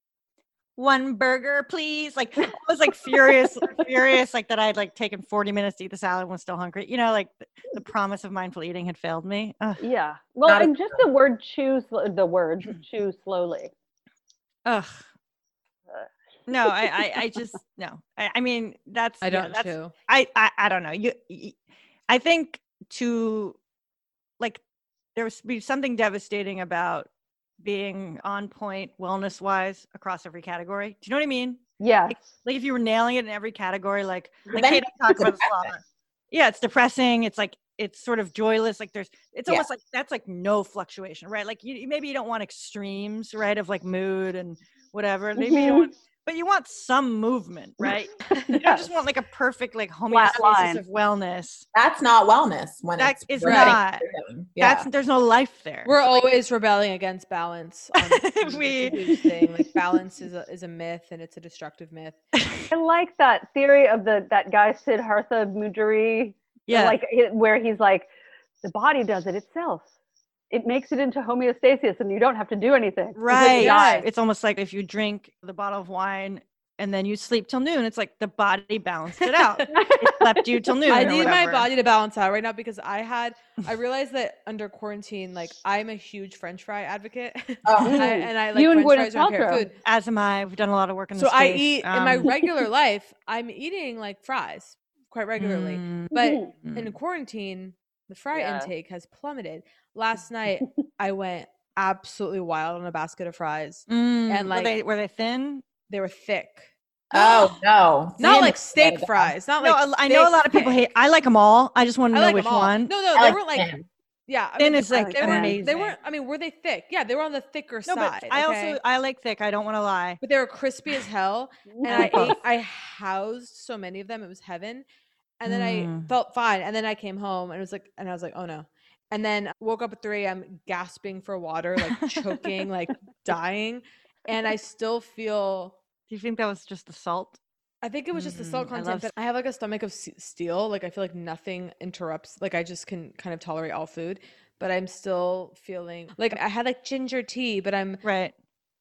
S4: one burger, please. Like I was like furious, furious, like that I'd like taken 40 minutes to eat the salad and was still hungry. You know, like th- the promise of mindful eating had failed me. Ugh.
S1: yeah well
S4: Not a-
S1: and just the word chew sl- the words chew slowly
S4: Ugh. No, I, I, I just no. I, I mean, that's
S3: I
S4: yeah,
S3: don't
S4: that's,
S3: too.
S4: I, I I don't know. You, y- I think to like there was be something devastating about being on point wellness wise across every category. Do you know what I mean?
S1: yes
S4: Like if you were nailing it in every category, like like
S2: then
S4: Kate
S2: it's
S4: talked about this a
S2: depressing.
S4: lot. Yeah, it's depressing. It's like it's sort of joyless. Like there's it's
S2: Yeah.
S4: almost like that's like no fluctuation, right? Like you you- maybe you don't want extremes, right? Of like mood and whatever. Maybe you
S1: Mhm.
S4: don't want, but you want some movement, right? You don't just
S1: Mm, Yes.
S4: want like a perfect like
S1: Flat line.
S4: homeostasis of wellness.
S2: That's not wellness when
S4: That
S2: it's
S4: is
S2: you're cutting
S4: not-
S2: everything. Yeah.
S4: That's there's no life there.
S3: We're always rebelling against balance. On, it's a
S4: We-
S3: huge thing. like balance is a, is a myth and it's a destructive myth.
S1: I like that theory of the that guy Siddhartha Mujari,
S4: yeah,
S1: like it- where he's like, the body does it itself. It makes it into homeostasis, and you don't have to do anything. until you
S4: right.
S1: die."
S4: It's almost like if you drink the bottle of wine and then you sleep till noon, it's like the body balanced it out. it slept you till noon.
S3: I
S4: or
S3: need my
S4: whatever.
S3: body to balance out right now because I had I realized that under quarantine, like I'm a huge French fry advocate.
S2: Oh.
S3: I,
S1: Mm.
S3: and I like
S1: You and
S3: French fries are my
S1: Gwyneth
S3: favorite
S1: Paltrow.
S3: food.
S4: As am I. We've done a lot of work in
S3: So
S4: this.
S3: I
S4: space.
S3: eat in my
S4: Um,
S3: regular life, I'm eating like fries quite regularly.
S4: mm,
S3: But
S1: Mhm.
S3: in
S4: mm.
S3: quarantine, the fry
S1: Yeah.
S3: intake has plummeted. Last night, I went absolutely wild on a basket of fries.
S4: Mm,
S3: and, like-
S4: were they, were they thin?
S3: They were thick,
S2: oh no.
S3: not
S2: Xanax
S3: like steak
S2: though.
S3: fries. Not
S4: no,
S3: like
S4: I, I know a
S3: thick,
S4: lot of people
S3: thick.
S4: hate. I like them all. I just want to
S3: I
S4: know
S3: like
S4: which
S3: them all.
S4: one.
S3: No,
S2: I
S3: no, they
S2: like
S3: weren't like
S2: Xanax.
S3: yeah. I
S4: Thin
S3: mean,
S4: is like
S3: they weren't. They
S4: amazing.
S3: weren't. I mean, were they thick? Yeah, they were on the thicker
S4: No,
S3: side.
S4: but I
S3: okay?
S4: also I like thick. I don't want to lie.
S3: but they were crispy as hell.
S1: Mm-hmm.
S3: And I ate, I housed so many of them. It was heaven. And then I
S4: Mm.
S3: felt fine. And then I came home and it was like, and I was like, oh no. And then woke up at 3 a.m. gasping for water, like choking, like dying. And I still feel,
S4: Do you think that was just the salt?
S3: I think it was just the salt
S4: Mm, I
S3: content,
S4: love
S3: but I have like a stomach of s- steel. Like I feel like nothing interrupts. Like I just can kind of tolerate all food, but I'm still feeling like I had like ginger tea, but I'm,
S4: Right.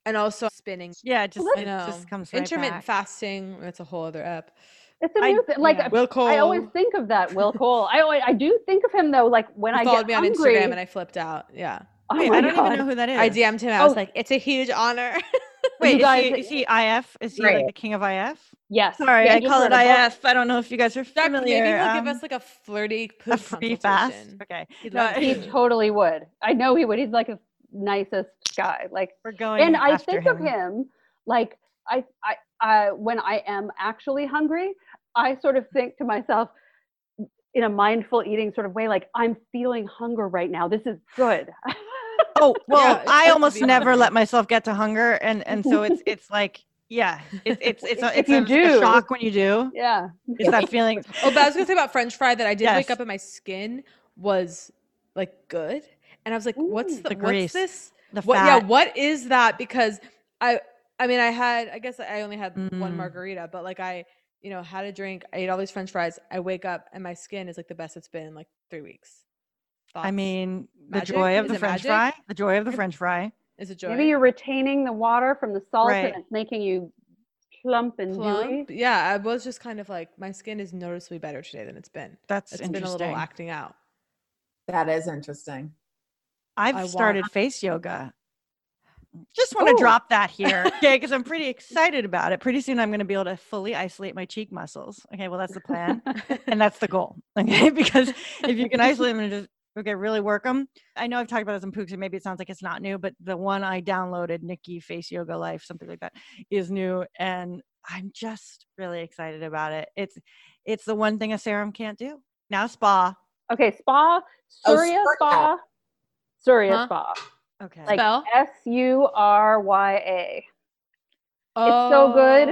S3: and also spinning.
S4: Yeah. It just
S1: that's-
S4: it
S3: I know.
S4: just comes right
S3: Intermittent
S4: back.
S3: fasting, that's a whole other app.
S1: It's a
S4: I-
S1: new thing. Like
S4: yeah.
S3: Will
S1: I always
S4: Oh.
S3: Cole.
S1: think of that Will Cole. I always, I do think of him though. Like when
S3: He
S1: I
S3: followed
S1: get
S3: me on
S1: hungry,
S3: Instagram and I flipped out. Yeah.
S1: oh
S4: Wait,
S1: my
S4: I don't
S1: God.
S4: even know who that is.
S3: I DM'd him. I was
S1: Oh.
S3: like, it's a huge honor.
S4: Wait, is
S1: guys-
S4: he, is he IF? Is he
S2: Right.
S4: like the king of IF?
S1: Yes.
S4: Sorry,
S1: Yeah,
S4: I
S1: you've
S4: call
S1: heard
S4: it
S1: of that.
S4: IF. I don't know if you guys are
S3: Jack, maybe
S4: familiar.
S3: he'll give
S4: um,
S3: us like a flirty poop
S4: a free fast.
S3: consultation.
S4: Okay,
S3: He'd
S4: No,
S3: love
S4: I-
S1: He
S3: it.
S4: Ew.
S1: totally would. I know he would. He's like a nicest guy. Like,
S4: we're going.
S1: and I
S4: Oh, after
S1: think of him like I, I, uh, when I am actually hungry, I sort of think to myself in a mindful eating sort of way, like I'm feeling hunger right now. This is good.
S4: Oh well,
S3: it's good
S4: I
S3: to
S4: almost
S3: be
S4: never
S3: hungry.
S4: let myself get to hunger, and and so it's it's like yeah, it's it's it's a,
S1: If
S4: it's a,
S1: you
S4: a
S1: do.
S4: shock when you do.
S1: yeah.
S4: It's that feeling.
S3: Oh, but I was gonna say about French fry that I did
S4: Yes.
S3: wake up and my skin was like good, and I was like, "What's
S1: Ooh,
S3: the,
S4: the
S3: what's
S4: grease,
S3: this?
S4: The
S3: What?
S4: fat.
S3: Yeah, what is that?" Because I, I mean, I had, I guess I only had one
S4: Mm.
S3: margarita, but like I, you know, had a drink. I ate all these French fries. I wake up and my skin is like the best it's been in like three weeks.
S4: I
S3: Thoughts?
S4: mean, the
S3: Magic?
S4: joy of
S3: Is
S4: the
S3: it
S4: French
S3: magic?
S4: fry. The joy of the French fry.
S3: is it joy?
S1: Maybe you're retaining the water from the salt
S4: Right.
S1: and it's making you plump and
S3: plump.
S1: dewy.
S3: Yeah, I was just kind of like my skin is noticeably better today than it's been.
S4: That's
S3: It's been a
S4: interesting.
S3: little acting out.
S2: That is interesting.
S4: I've
S3: I want-
S4: started face yoga. Just want to
S1: Ooh.
S4: drop that here, okay? Because I'm pretty excited about it. Pretty soon, I'm going to be able to fully isolate my cheek muscles. Okay, well, that's the plan, and that's the goal. Okay, because if you can isolate them and just okay, really work them. I know I've talked about this in Pooks, and maybe it sounds like it's not new, but the one I downloaded, Nikki Face Yoga Life, something like that, is new, and I'm just really excited about it. It's it's the one thing a serum can't do. Now spa.
S1: Okay, spa,
S2: Oh,
S1: Surya
S2: Surya.
S1: spa. Surya
S3: Huh?
S1: spa.
S4: Okay.
S1: Like
S3: Spell?
S1: S U R Y A. it's so good,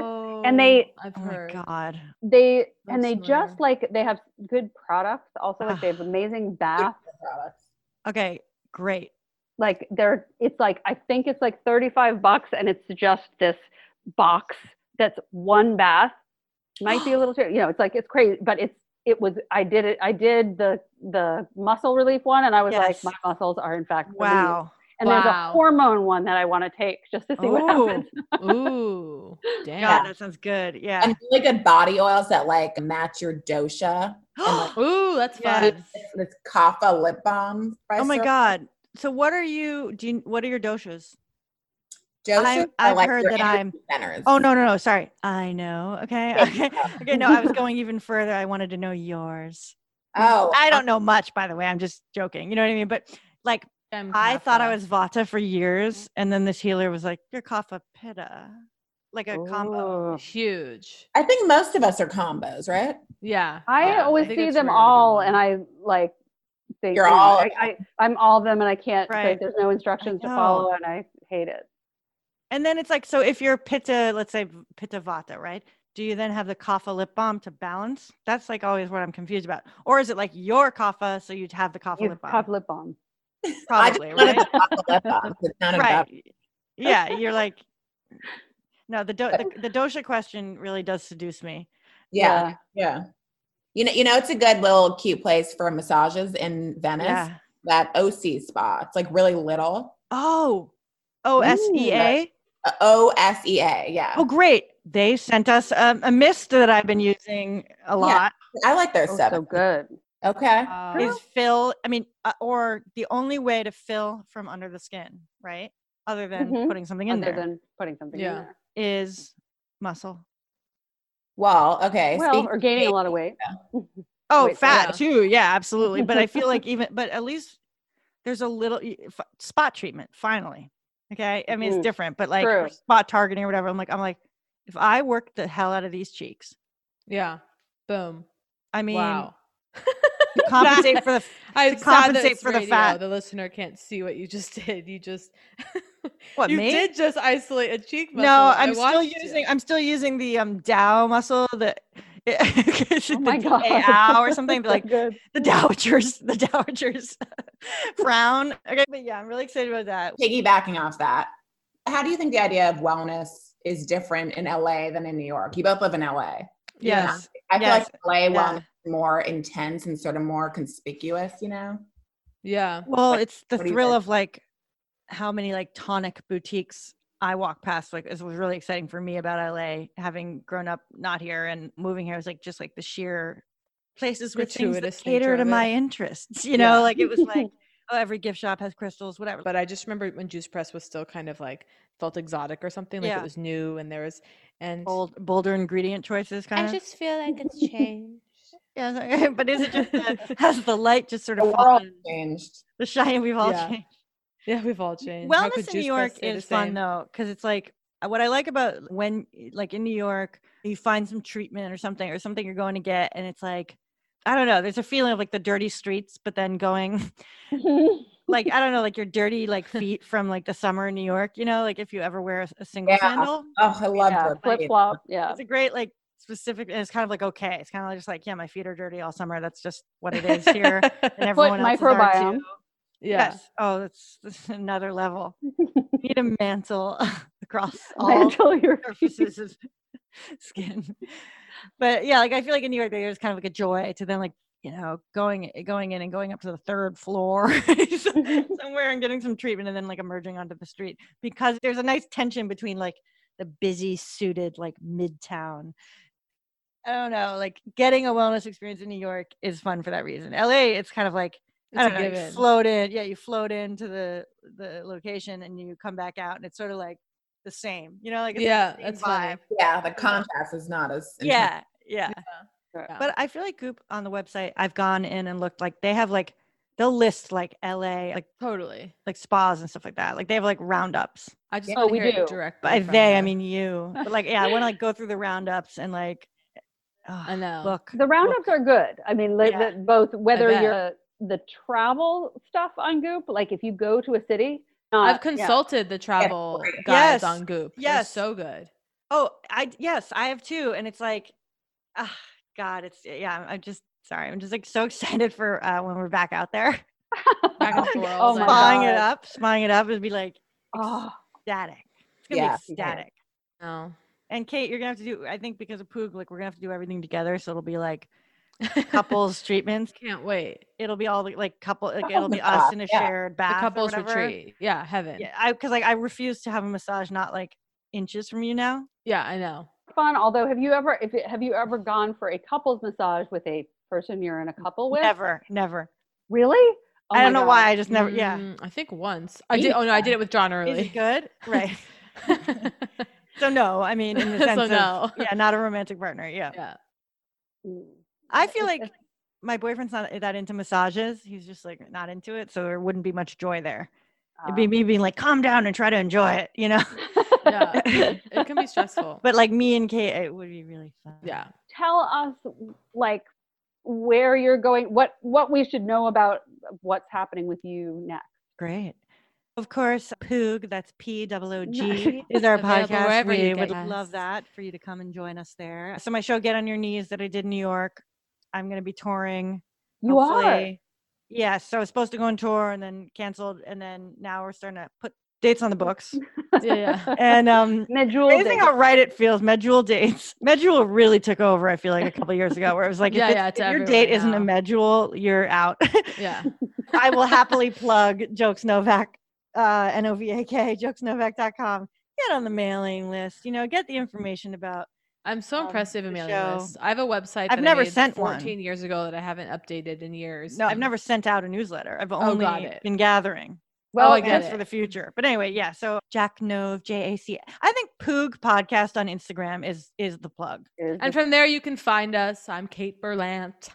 S1: and they-
S3: Oh, I've
S4: oh my
S3: heard.
S4: god.
S1: They and
S3: That's
S1: they just like they have good products also like they
S3: Ah.
S1: have amazing baths.
S2: Products.
S4: Okay, great.
S1: like they're it's like i think it's like 35 bucks and it's just this box that's one bath might be a little too you know it's like it's crazy but it's it was i did it i did the the muscle relief one and i was
S4: Yes.
S1: like my muscles are in fact relieved."
S4: Wow.
S1: and there's a
S3: Wow.
S1: hormone one that i want to take just to see what happens
S3: Ooh, damn.
S4: God, that sounds good. Yeah.
S2: And really good body oils that like match your dosha.
S3: Ooh, that's
S4: yes.
S3: fun.
S2: This kapha lip balm. by
S4: Oh my
S2: Sur-
S4: God. So what are you do you, what are your doshas?
S2: Doshas
S4: I-
S2: are,
S4: I've
S2: like,
S4: heard
S2: your
S4: that
S2: energy
S4: I'm-
S2: Centers.
S4: Oh no, no, no. Sorry. I know. Okay.
S2: Yeah,
S4: Okay.
S2: yeah.
S4: Okay. No, I was going even further. I wanted to know yours.
S2: Oh,
S4: I don't know much, by the way. I'm just joking. You know what I mean? But like
S3: Damn
S4: I thought I
S3: kapha.
S4: was Vata for years, and then this healer was like, You're Kapha Pitta. Like a combo.
S1: Ooh.
S3: huge.
S2: I think most of us are combos, right?
S3: Yeah,
S1: i
S3: yeah,
S1: always
S3: think
S1: see
S3: it's
S1: them
S3: rare to do
S1: all
S3: one.
S1: and i like think
S2: You're
S1: you know,
S2: all
S1: I,
S2: of
S1: I, i'm all of them and i can't
S4: Right.
S1: like, there's no instructions to
S4: know.
S1: follow and i hate it
S4: And then it's like, so if you're Pitta, let's say v- Pitta Vata, right? Do you then have the Kapha lip balm to balance? That's like always what I'm confused about. Or is it like your Kapha, so you'd have the Kapha
S1: you
S4: lip balm?
S1: have lip balm
S4: Probably,
S2: I just
S4: right?
S2: wanted the kapha lip balm. It's not about
S4: right. Yeah, you're like, no, the, do- the the dosha question really does seduce me.
S2: yeah, yeah. You know, you know, it's a good little cute place for massages in Venice.
S4: Yeah.
S2: That OC spa. It's like really little.
S4: Oh, O S E A.
S2: Uh, O S E A. Yeah.
S4: Oh, great. They sent us um, a, a mist that I've been using a lot.
S2: I like their
S1: oh,
S2: stuff.
S1: so good
S2: Okay.
S3: Wow.
S4: Is fill? I mean, uh, or the only way to fill from under the skin, right? Other than
S1: Mhm.
S4: putting something in
S1: other
S4: there.
S1: than putting something
S3: Yeah.
S1: in there.
S4: is muscle.
S2: Well, okay.
S1: Well,
S2: speak-
S1: or gaining a lot of weight.
S4: Oh,
S1: Wait,
S4: fat
S3: yeah.
S4: too. Yeah, absolutely. But I feel like even, but at least there's a little y- f- spot treatment finally. Okay. I mean,
S1: Mhm.
S4: it's different, but like or
S1: True.
S4: spot targeting or whatever. I'm like, I'm like, if I work the hell out of these cheeks,
S3: Yeah, boom.
S4: I mean,
S3: wow.
S4: to compensate for the, f-
S3: I
S4: to
S3: sad
S4: compensate
S3: it's
S4: for the fat.
S3: The listener can't see what you just did. You just
S4: what,
S3: you
S4: me?
S3: did just isolate a cheek muscle.
S4: no,
S3: I
S4: I'm still
S3: watched you.
S4: using, I'm still using the um Dow muscle, the,
S1: Oh my
S4: the
S1: god.
S4: DAO or something
S1: So
S4: but, like
S1: good.
S4: the dowagers, the dowagers frown. Okay, but yeah, I'm really excited about that.
S2: piggybacking off that, how do you think the idea of wellness is different in LA than in New York? You both live in LA.
S4: Yes.
S2: I
S4: Yes.
S2: feel like LA
S4: Yeah.
S2: wellness is more intense and sort of more conspicuous, you know?
S3: Yeah.
S4: Well, it's the
S2: what do you
S4: thrill
S2: think?
S4: of like how many like tonic boutiques I walk past. Like, this was really exciting for me about LA, having grown up not here and moving here. It was like just like the sheer places with things that
S3: Gratuitous nature
S4: cater to
S3: of
S4: my
S3: it.
S4: interests. You know,
S3: Yeah.
S4: like it was like oh, every gift shop has crystals, whatever.
S3: But I just remember when Juice Press was still kind of like felt exotic or something, like
S4: Yeah.
S3: it was new and there was and
S4: Bold, bolder ingredient choices, kind
S5: I
S4: of.
S5: just feel like it's changed.
S4: yeah, sorry. but is it just the, has the light just sort
S2: The
S4: of
S2: world
S4: fallen?
S2: changed.
S4: The shine we've all
S3: Yeah.
S4: changed.
S3: yeah, we've all changed. How could
S4: Wellness in New
S3: Juice Press
S4: York
S3: stay the
S4: is fun
S3: same?
S4: though, because it's like uh, what I like about when, eh, like in New York, you find some treatment or something or something you're going to get, and it's like, I don't know, there's a feeling of like the dirty streets, but then going like I don't know, like your dirty like feet from like the summer in New York, you know, like if you ever wear a, a single
S2: Yeah.
S4: sandal,
S2: Oh, I love
S1: yeah,
S2: her.
S1: flip flop. Yeah.
S4: it's a great like specific, and it's kind of like okay, it's kind of just like yeah, my feet are dirty all summer. That's just what it is here, and
S1: Foot
S4: everyone else's are too.
S1: microbiome.
S3: yeah.
S4: Yes. Oh, that's, that's another level. Need a mantle across all
S1: Mantle your
S4: surfaces of skin. But yeah, like I feel like in New York, there's kind of like a joy to them, like you know, going going in and going up to the third floor some- somewhere and getting some treatment, and then like emerging onto the street because there's a nice tension between like the busy suited like midtown. I don't know, like getting a wellness experience in New York is fun for that reason. LA, it's kind of like
S3: It's
S4: I
S3: a
S4: don't know, you
S3: given.
S4: float in. Yeah, you float into the the location and you come back out, and it's sort of like the same. You know, like it's like the
S3: Yeah,
S4: same
S3: that's funny.
S4: vibe.
S2: Yeah, the contrast is not as intense.
S4: Yeah, yeah.
S1: Yeah.
S4: But I feel like Goop on the website, I've gone in and looked like they have like they'll list like LA like
S3: Totally.
S4: like spas and stuff like that. Like they have like roundups.
S3: I just
S1: Yeah,
S3: want
S1: we
S3: to hear
S1: do.
S3: it directly.
S4: By
S3: from
S4: they, I
S3: you.
S4: mean you. But like yeah, I want to like go through the roundups and like ugh,
S3: I know.
S4: look.
S1: The roundups are good. I mean, li-
S4: Yeah.
S1: the- both whether
S3: bet.
S1: you're the travel stuff on Goop, like if you go to a city, not-
S3: I've
S1: yeah.
S3: consulted the travel
S2: great.
S3: guides
S4: Yes,
S3: on Goop. Yes.
S4: yes.
S3: so good.
S4: Oh, I yes, I have two, and it's like, ah, God, it's yeah. I'm just sorry. I'm just like so excited for uh, when we're back out there,
S3: Back and
S1: Oh my
S3: forth. like,
S4: spying it
S1: God.
S4: up, spying it up, and be like
S1: Oh,
S4: static. It's gonna
S2: Yeah,
S4: be ecstatic.
S3: "Oh, no.
S4: And Kate, you're gonna have to do. I think because of Poog, like we're gonna have to do everything together, so it'll be like couples treatments.
S3: Can't wait.
S4: It'll be all the, like couple. Like,
S2: Couples
S4: it'll be
S2: massage,
S4: us in a
S2: yeah.
S4: shared bath.
S3: the
S4: or
S3: couples
S4: whatever.
S3: retreat. Yeah, heaven.
S4: Yeah,
S3: Yeah,
S4: I because like I refuse to have a massage not like inches from you now.
S3: I know.
S1: fun. Although, have you ever if it, have you ever gone for a couples massage with a person you're in a couple with?
S4: Never, never.
S1: Really? Oh
S4: I don't
S1: my
S4: know
S1: God.
S4: why. I just never. Yeah.
S3: Mm, I think once. I did. Oh no, I did it with John
S4: Is it
S3: early.
S4: good? Right. So no, I mean in the
S3: So
S4: sense of
S3: no.
S4: yeah, not a romantic partner. Yeah,
S3: yeah.
S1: Mm.
S4: I feel like
S1: It's-
S4: my boyfriend's not eh, that into massages. He's just like not into it, so there wouldn't be much joy there. It'd
S3: Ah.
S4: be
S1: um,
S4: me being like, calm down and try to enjoy it, you know.
S3: Yeah. It can be stressful.
S4: But like me and Kate, it would be really fun.
S3: yeah.
S1: tell us like where you're going, what what we should know about what's happening with you next.
S4: great. Of course, Poog. That's P O O G is our
S3: Available
S4: podcast.
S3: wherever you
S4: We would
S3: get
S4: love
S3: podcasts.
S4: that for you to come and join us there. So my show, Get on Your Knees, that I did in New York. I'm going to be touring.
S1: You are.
S4: hopefully. Yeah, so I was supposed to go on tour and then canceled, and then now we're starting to put dates on the books.
S3: Yeah. Yeah.
S4: And um,
S1: Medjool
S4: amazing
S1: did.
S4: how right it feels. Medjool dates. Medjool really took over. I feel like a couple years ago, where it was like,
S3: Yeah,
S4: if,
S3: yeah,
S4: it's-
S3: to
S4: if your date
S3: everyone
S4: isn't a
S3: now.
S4: medjool, you're out.
S3: yeah.
S4: I will happily plug Jokes Novak, uh, N O V A K, jokesnovak.com. Get on the mailing list. You know, get the information about.
S3: I'm so
S4: Um,
S3: impressed impressive
S4: the
S3: in mailing
S4: show-
S3: lists. I have a website.
S4: I've
S3: that I
S4: never
S3: made
S4: sent
S3: 14
S4: one.
S3: years ago that I haven't updated in years.
S4: No, I've
S3: and-
S4: never sent out a newsletter. I've
S3: Oh,
S4: only
S3: got it.
S4: been gathering.
S1: well,
S3: Oh, I get
S4: plans for
S3: it.
S4: the future. But anyway, yeah. So Jack Nove, J A C. I think Poog podcast on Instagram is is the plug.
S1: is
S3: And
S1: the-
S3: from there, you can find us. I'm Kate Berlant.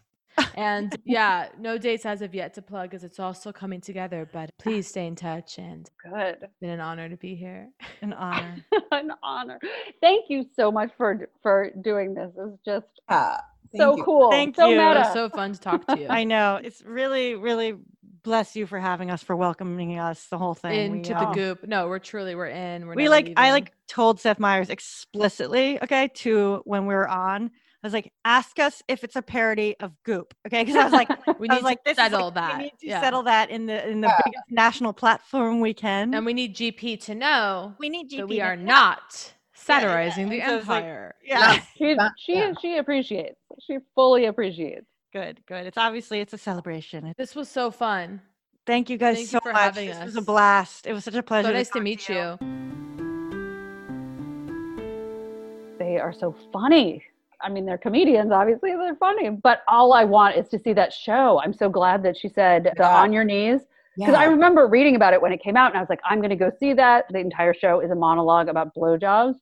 S3: And yeah, no dates as of yet to plug as it's all still coming together, but please stay in touch. And it's
S1: good.
S3: been an honor to be here.
S4: An honor.
S1: an honor. Thank you so much for for doing this. It's just
S2: Uh, thank
S1: so
S2: you.
S1: cool.
S4: Thank
S1: so
S4: you.
S3: It
S1: meta.
S3: was so fun to talk to you.
S4: I know. It's really, really bless you for having us, for welcoming us, the whole thing.
S3: Into
S4: we,
S3: the
S4: uh,
S3: goop. No, we're truly, we're in. We're
S4: we
S3: never
S4: like I
S3: leaving.
S4: like told Seth Meyers explicitly, okay, to when we were on. I was like, ask us if it's a parody of Goop. Okay. Cause I was like,
S3: we
S4: I
S3: need
S4: was like,
S3: to
S4: this
S3: settle
S4: is like,
S3: that.
S4: We need to
S3: yeah.
S4: settle that in the in the
S2: Yeah.
S4: biggest national platform we can.
S3: And we need GP to know
S4: we need
S3: that
S4: GP
S3: we
S4: to-
S3: are not satirizing
S4: And
S3: the
S4: so it's like-
S3: empire.
S4: Yeah.
S1: she
S2: That-
S1: she
S2: yeah.
S1: she appreciates. She fully appreciates.
S4: Good, good. It's obviously it's a celebration. It-
S3: this was so fun.
S4: Thank you guys
S3: Thank you
S4: so
S3: for
S4: much.
S3: having
S4: This was a
S3: us.
S4: blast. It was such a pleasure.
S3: So nice to
S4: talk
S3: meet you.
S1: They are so funny. I mean, they're comedians, obviously, they're funny, but all I want is to see that show. I'm so glad that she said the
S2: Yeah.
S1: on your knees Because I remember reading about it when it came out, and I was like, I'm going to go see that. The entire show is a monologue about blowjobs,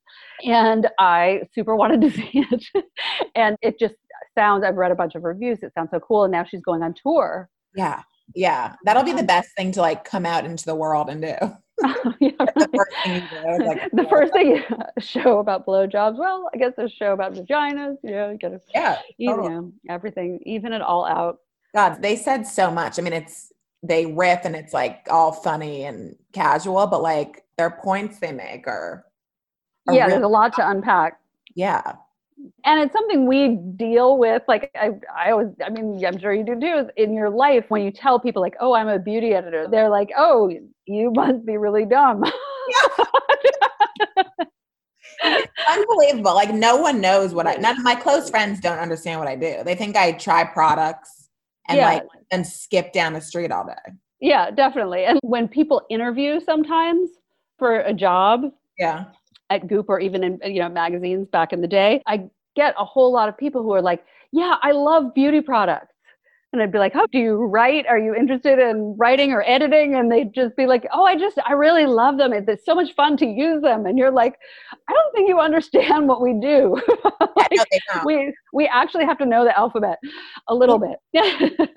S1: and I super wanted to see it. and it just sounds, I've read a bunch of reviews, it sounds so cool. And now she's going on tour.
S2: Yeah. Yeah. That'll be the best thing to like come out into the world and do.
S1: yeah,
S2: the
S1: right.
S2: first thing you do. is, Like,
S1: the first thing, a show about blowjobs. Well, I guess a show about vaginas. You know, you gotta,
S2: Yeah.
S1: you
S2: totally.
S1: know, everything, even it all out.
S2: God, they said so much. I mean, it's they riff and it's like all funny and casual, but like their points they make are, are
S1: yeah,
S2: real-
S1: there's a lot to unpack.
S2: yeah,
S1: and it's something we deal with like I, I always i mean i'm sure you do too is in your life when you tell people like oh i'm a beauty editor they're like oh you must be really dumb
S2: unbelievable. Like no one knows what I. None of my close friends don't understand what I do. They think I try products and
S1: yeah
S2: like and skip down the street all day.
S1: yeah definitely and when people interview sometimes for a job
S2: Yeah,
S1: at Goop or even in you know magazines back in the day, I get a whole lot of people who are like, "Yeah, I love beauty products." And I'd be like, "How do you write? Are you interested in writing or editing?" And they'd just be like, "Oh, I just I really love them. It's so much fun to use them." And you're like, "I don't think you understand what we do. Like,
S2: no, they don't.
S1: we we actually have to know the alphabet a little bit."
S2: Yeah,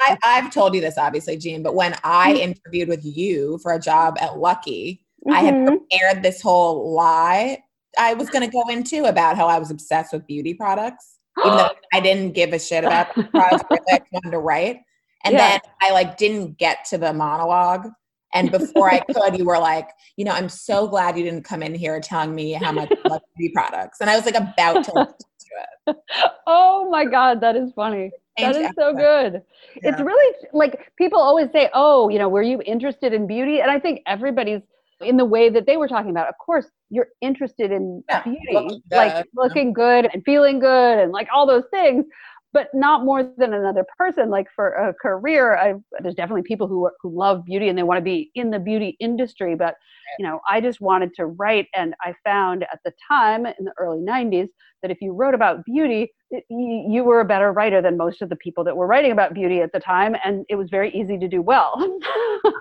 S2: I, I've told you this obviously, Jean, but when I
S1: Mm-hmm.
S2: interviewed with you for a job at Lucky, I had
S1: Mhm.
S2: aired this whole lie I was going to go into about how I was obsessed with beauty products,
S1: Mm-hmm.
S2: even though I didn't give a shit about the products really, I just wanted to write. And
S1: Yeah.
S2: then I like didn't get to the monologue. And before I could, you were like, you know, I'm so glad you didn't come in here telling me how much you love beauty products. And I was like about to
S1: oh my god, that is funny. That
S2: change
S1: is
S2: everything.
S1: so good. It's
S2: Yeah.
S1: really like people always say, "Oh, you know, were you interested in beauty?" And I think everybody's in the way that they were talking about. Of course, you're interested in
S2: Yeah,
S1: beauty,
S2: looking
S1: like
S2: good,
S1: looking good and feeling good and like all those things, but not more than another person. Like for a career, I, there's definitely people who are- who love beauty and they want to be in the beauty industry, but you know, I just wanted to write and I found at the time in the early 90s that if you wrote about beauty, it, you, you were a better writer than most of the people that were writing about beauty at the time, and it was very easy to do well.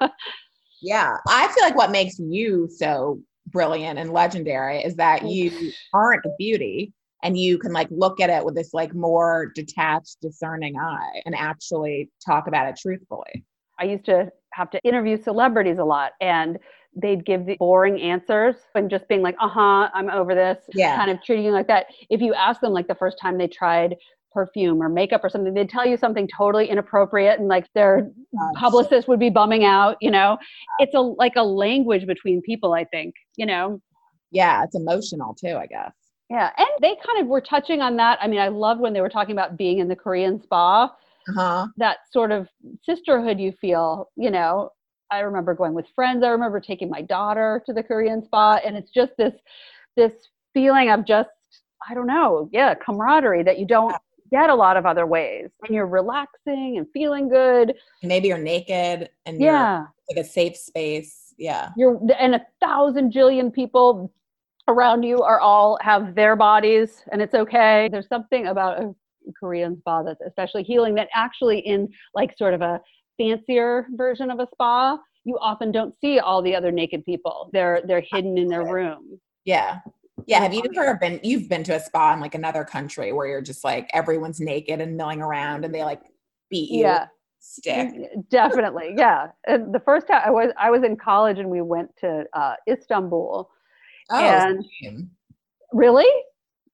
S2: Yeah. I feel like what makes you so brilliant and legendary is that you aren't a beauty and you can like look at it with this like more detached, discerning eye and actually talk about it truthfully.
S1: I used to have to interview celebrities a lot, and they'd give the boring answers and just being like, "Uh huh, I'm over this,"
S2: Yeah.
S1: kind of treating you like that. If you ask them, like the first time they tried perfume or makeup or something, they'd tell you something totally inappropriate, and like their publicist would be bumming out. You know, it's a like a language between people. I think you know.
S2: Yeah. It's emotional too, I guess.
S1: Yeah, and they kind of were touching on that. I mean, I love when they were talking about being in the Korean spa,
S2: Uh-huh.
S1: that sort of sisterhood you feel, you know. I remember going with friends. I remember taking my daughter to the Korean spa and it's just this this feeling of just I don't know, yeah, camaraderie that you don't get a lot of other ways. And you're relaxing and feeling good.
S2: Maybe you're naked and yeah.
S1: Yeah.
S2: you're like a safe space. Yeah.
S1: You're and a thousand jillion people around you are all have their bodies and it's okay. There's something about a Korean spa that's especially healing that actually in like sort of a fancier version of a spa, you often don't see all the other naked people. They're they're hidden in their room.
S2: Yeah. Yeah.
S1: Yeah.
S2: Have you ever been you've been to a spa in like another country where you're just like everyone's naked and milling around and they like beat you with
S1: Yeah. Mm-hmm.
S2: a stick?
S1: Mm, Definitely. Yeah. And the first time I was I was in college and we went to uh Istanbul.
S2: Oh
S1: And-
S2: same.
S1: Really?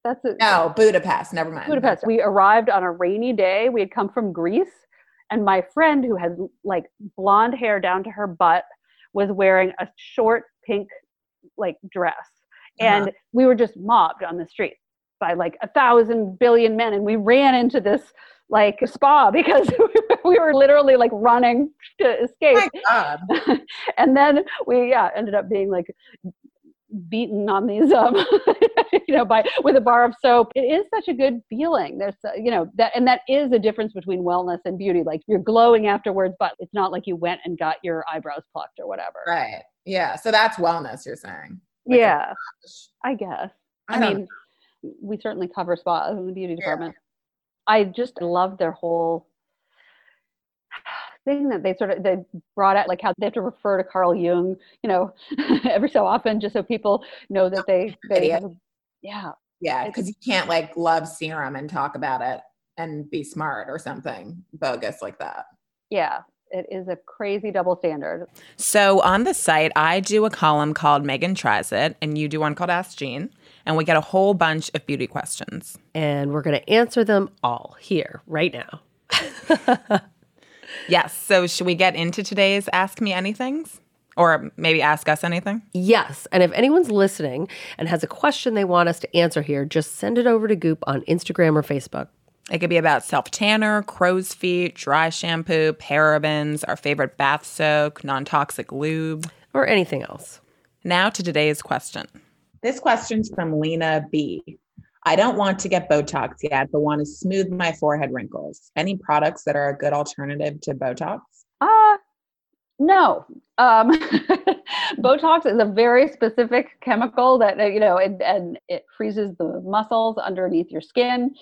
S1: That's a,
S2: No, Budapest. Never mind.
S1: Budapest. We arrived on a rainy day. We had come from Greece, and my friend, who had like blonde hair down to her butt, was wearing a short pink like dress,
S2: Uh-huh.
S1: and we were just mobbed on the street by like a thousand billion men, and we ran into this like spa because we were literally like running to escape
S2: my God.
S1: and then we yeah ended up being like beaten on these um you know by with a bar of soap it is such a good feeling there's uh, you know that and that is a difference between wellness and beauty like you're glowing afterwards but it's not like you went and got your eyebrows plucked or whatever
S2: Right. Yeah. So that's wellness, you're saying. like a
S1: yeah i guess i,
S2: don't-
S1: mean we certainly cover spas in the beauty
S2: Yeah.
S1: department i just love their whole thing that they sort of they brought out like how they have to refer to Carl Jung, you know, every so often just so people know that they they
S2: Idiot.
S1: have a- yeah.
S2: Yeah, because you can't like love serum and talk about it and be smart or something bogus like that.
S1: Yeah. It is a crazy double standard.
S2: So on the site, I do a column called Megan Tries It, and you do one called Ask Jean, and we get a whole bunch of beauty questions.
S6: And we're going to answer them all here, right now.
S2: Yes. So should we get into today's Ask Me Anythings? Or maybe ask us anything?
S6: Yes. And if anyone's listening and has a question they want us to answer here, just send it over to Goop on Instagram or Facebook.
S2: It could be about self tanner, crow's feet, dry shampoo, parabens, our favorite bath soak, non toxic lube.
S6: or anything else.
S2: Now to today's question. This question's from Lena B. I don't want to get Botox yet, but want to smooth my forehead wrinkles. Any products that are a good alternative to Botox?
S1: Uh no. Um Botox is a very specific chemical that uh, you know and, and it freezes the muscles underneath your skin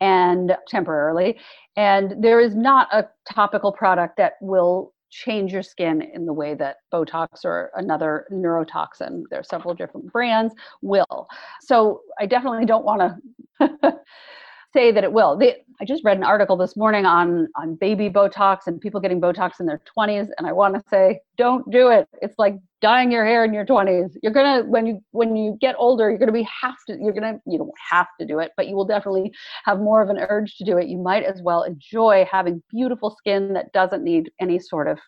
S1: and temporarily and there is not a topical product that will change your skin in the way that botox or another neurotoxin there are several different brands will so i definitely don't want to say that it will they, i just read an article this morning on on baby botox and people getting botox in their 20s and i want to say don't do it it's like dyeing your hair in your 20s you're gonna when you when you get older you're gonna be have to you're gonna you don't have to do it but you will definitely have more of an urge to do it, you might as well enjoy having beautiful skin that doesn't need any sort of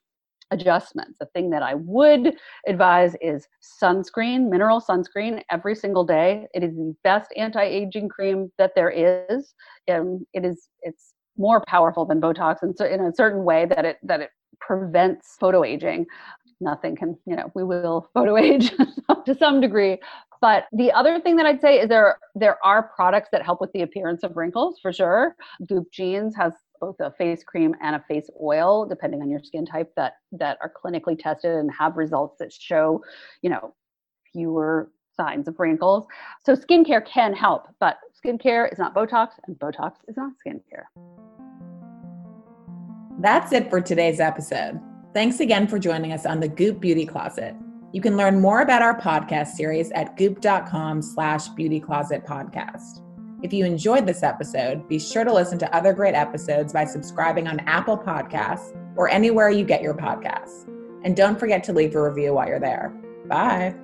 S1: adjustment. The thing that I would advise is sunscreen, mineral sunscreen, every single day. It is the best anti-aging cream that there is. Um, it is it's more powerful than Botox in, cer- in a certain way that it that it prevents photo aging. Nothing can, you know, we will photo age to some degree, but the other thing that I'd say is there there are products that help with the appearance of wrinkles for sure. Goop Jeans has both a face cream and a face oil, depending on your skin type, that that are clinically tested and have results that show, you know, fewer signs of wrinkles. So skincare can help, but skincare is not Botox, and Botox is not skincare.
S2: That's it for today's episode. Thanks again for joining us on the Goop Beauty Closet. You can learn more about our podcast series at goop.com slash beauty closet podcast. If you enjoyed this episode, be sure to listen to other great episodes by subscribing on Apple Podcasts or anywhere you get your podcasts. And don't forget to leave a review while you're there. Bye.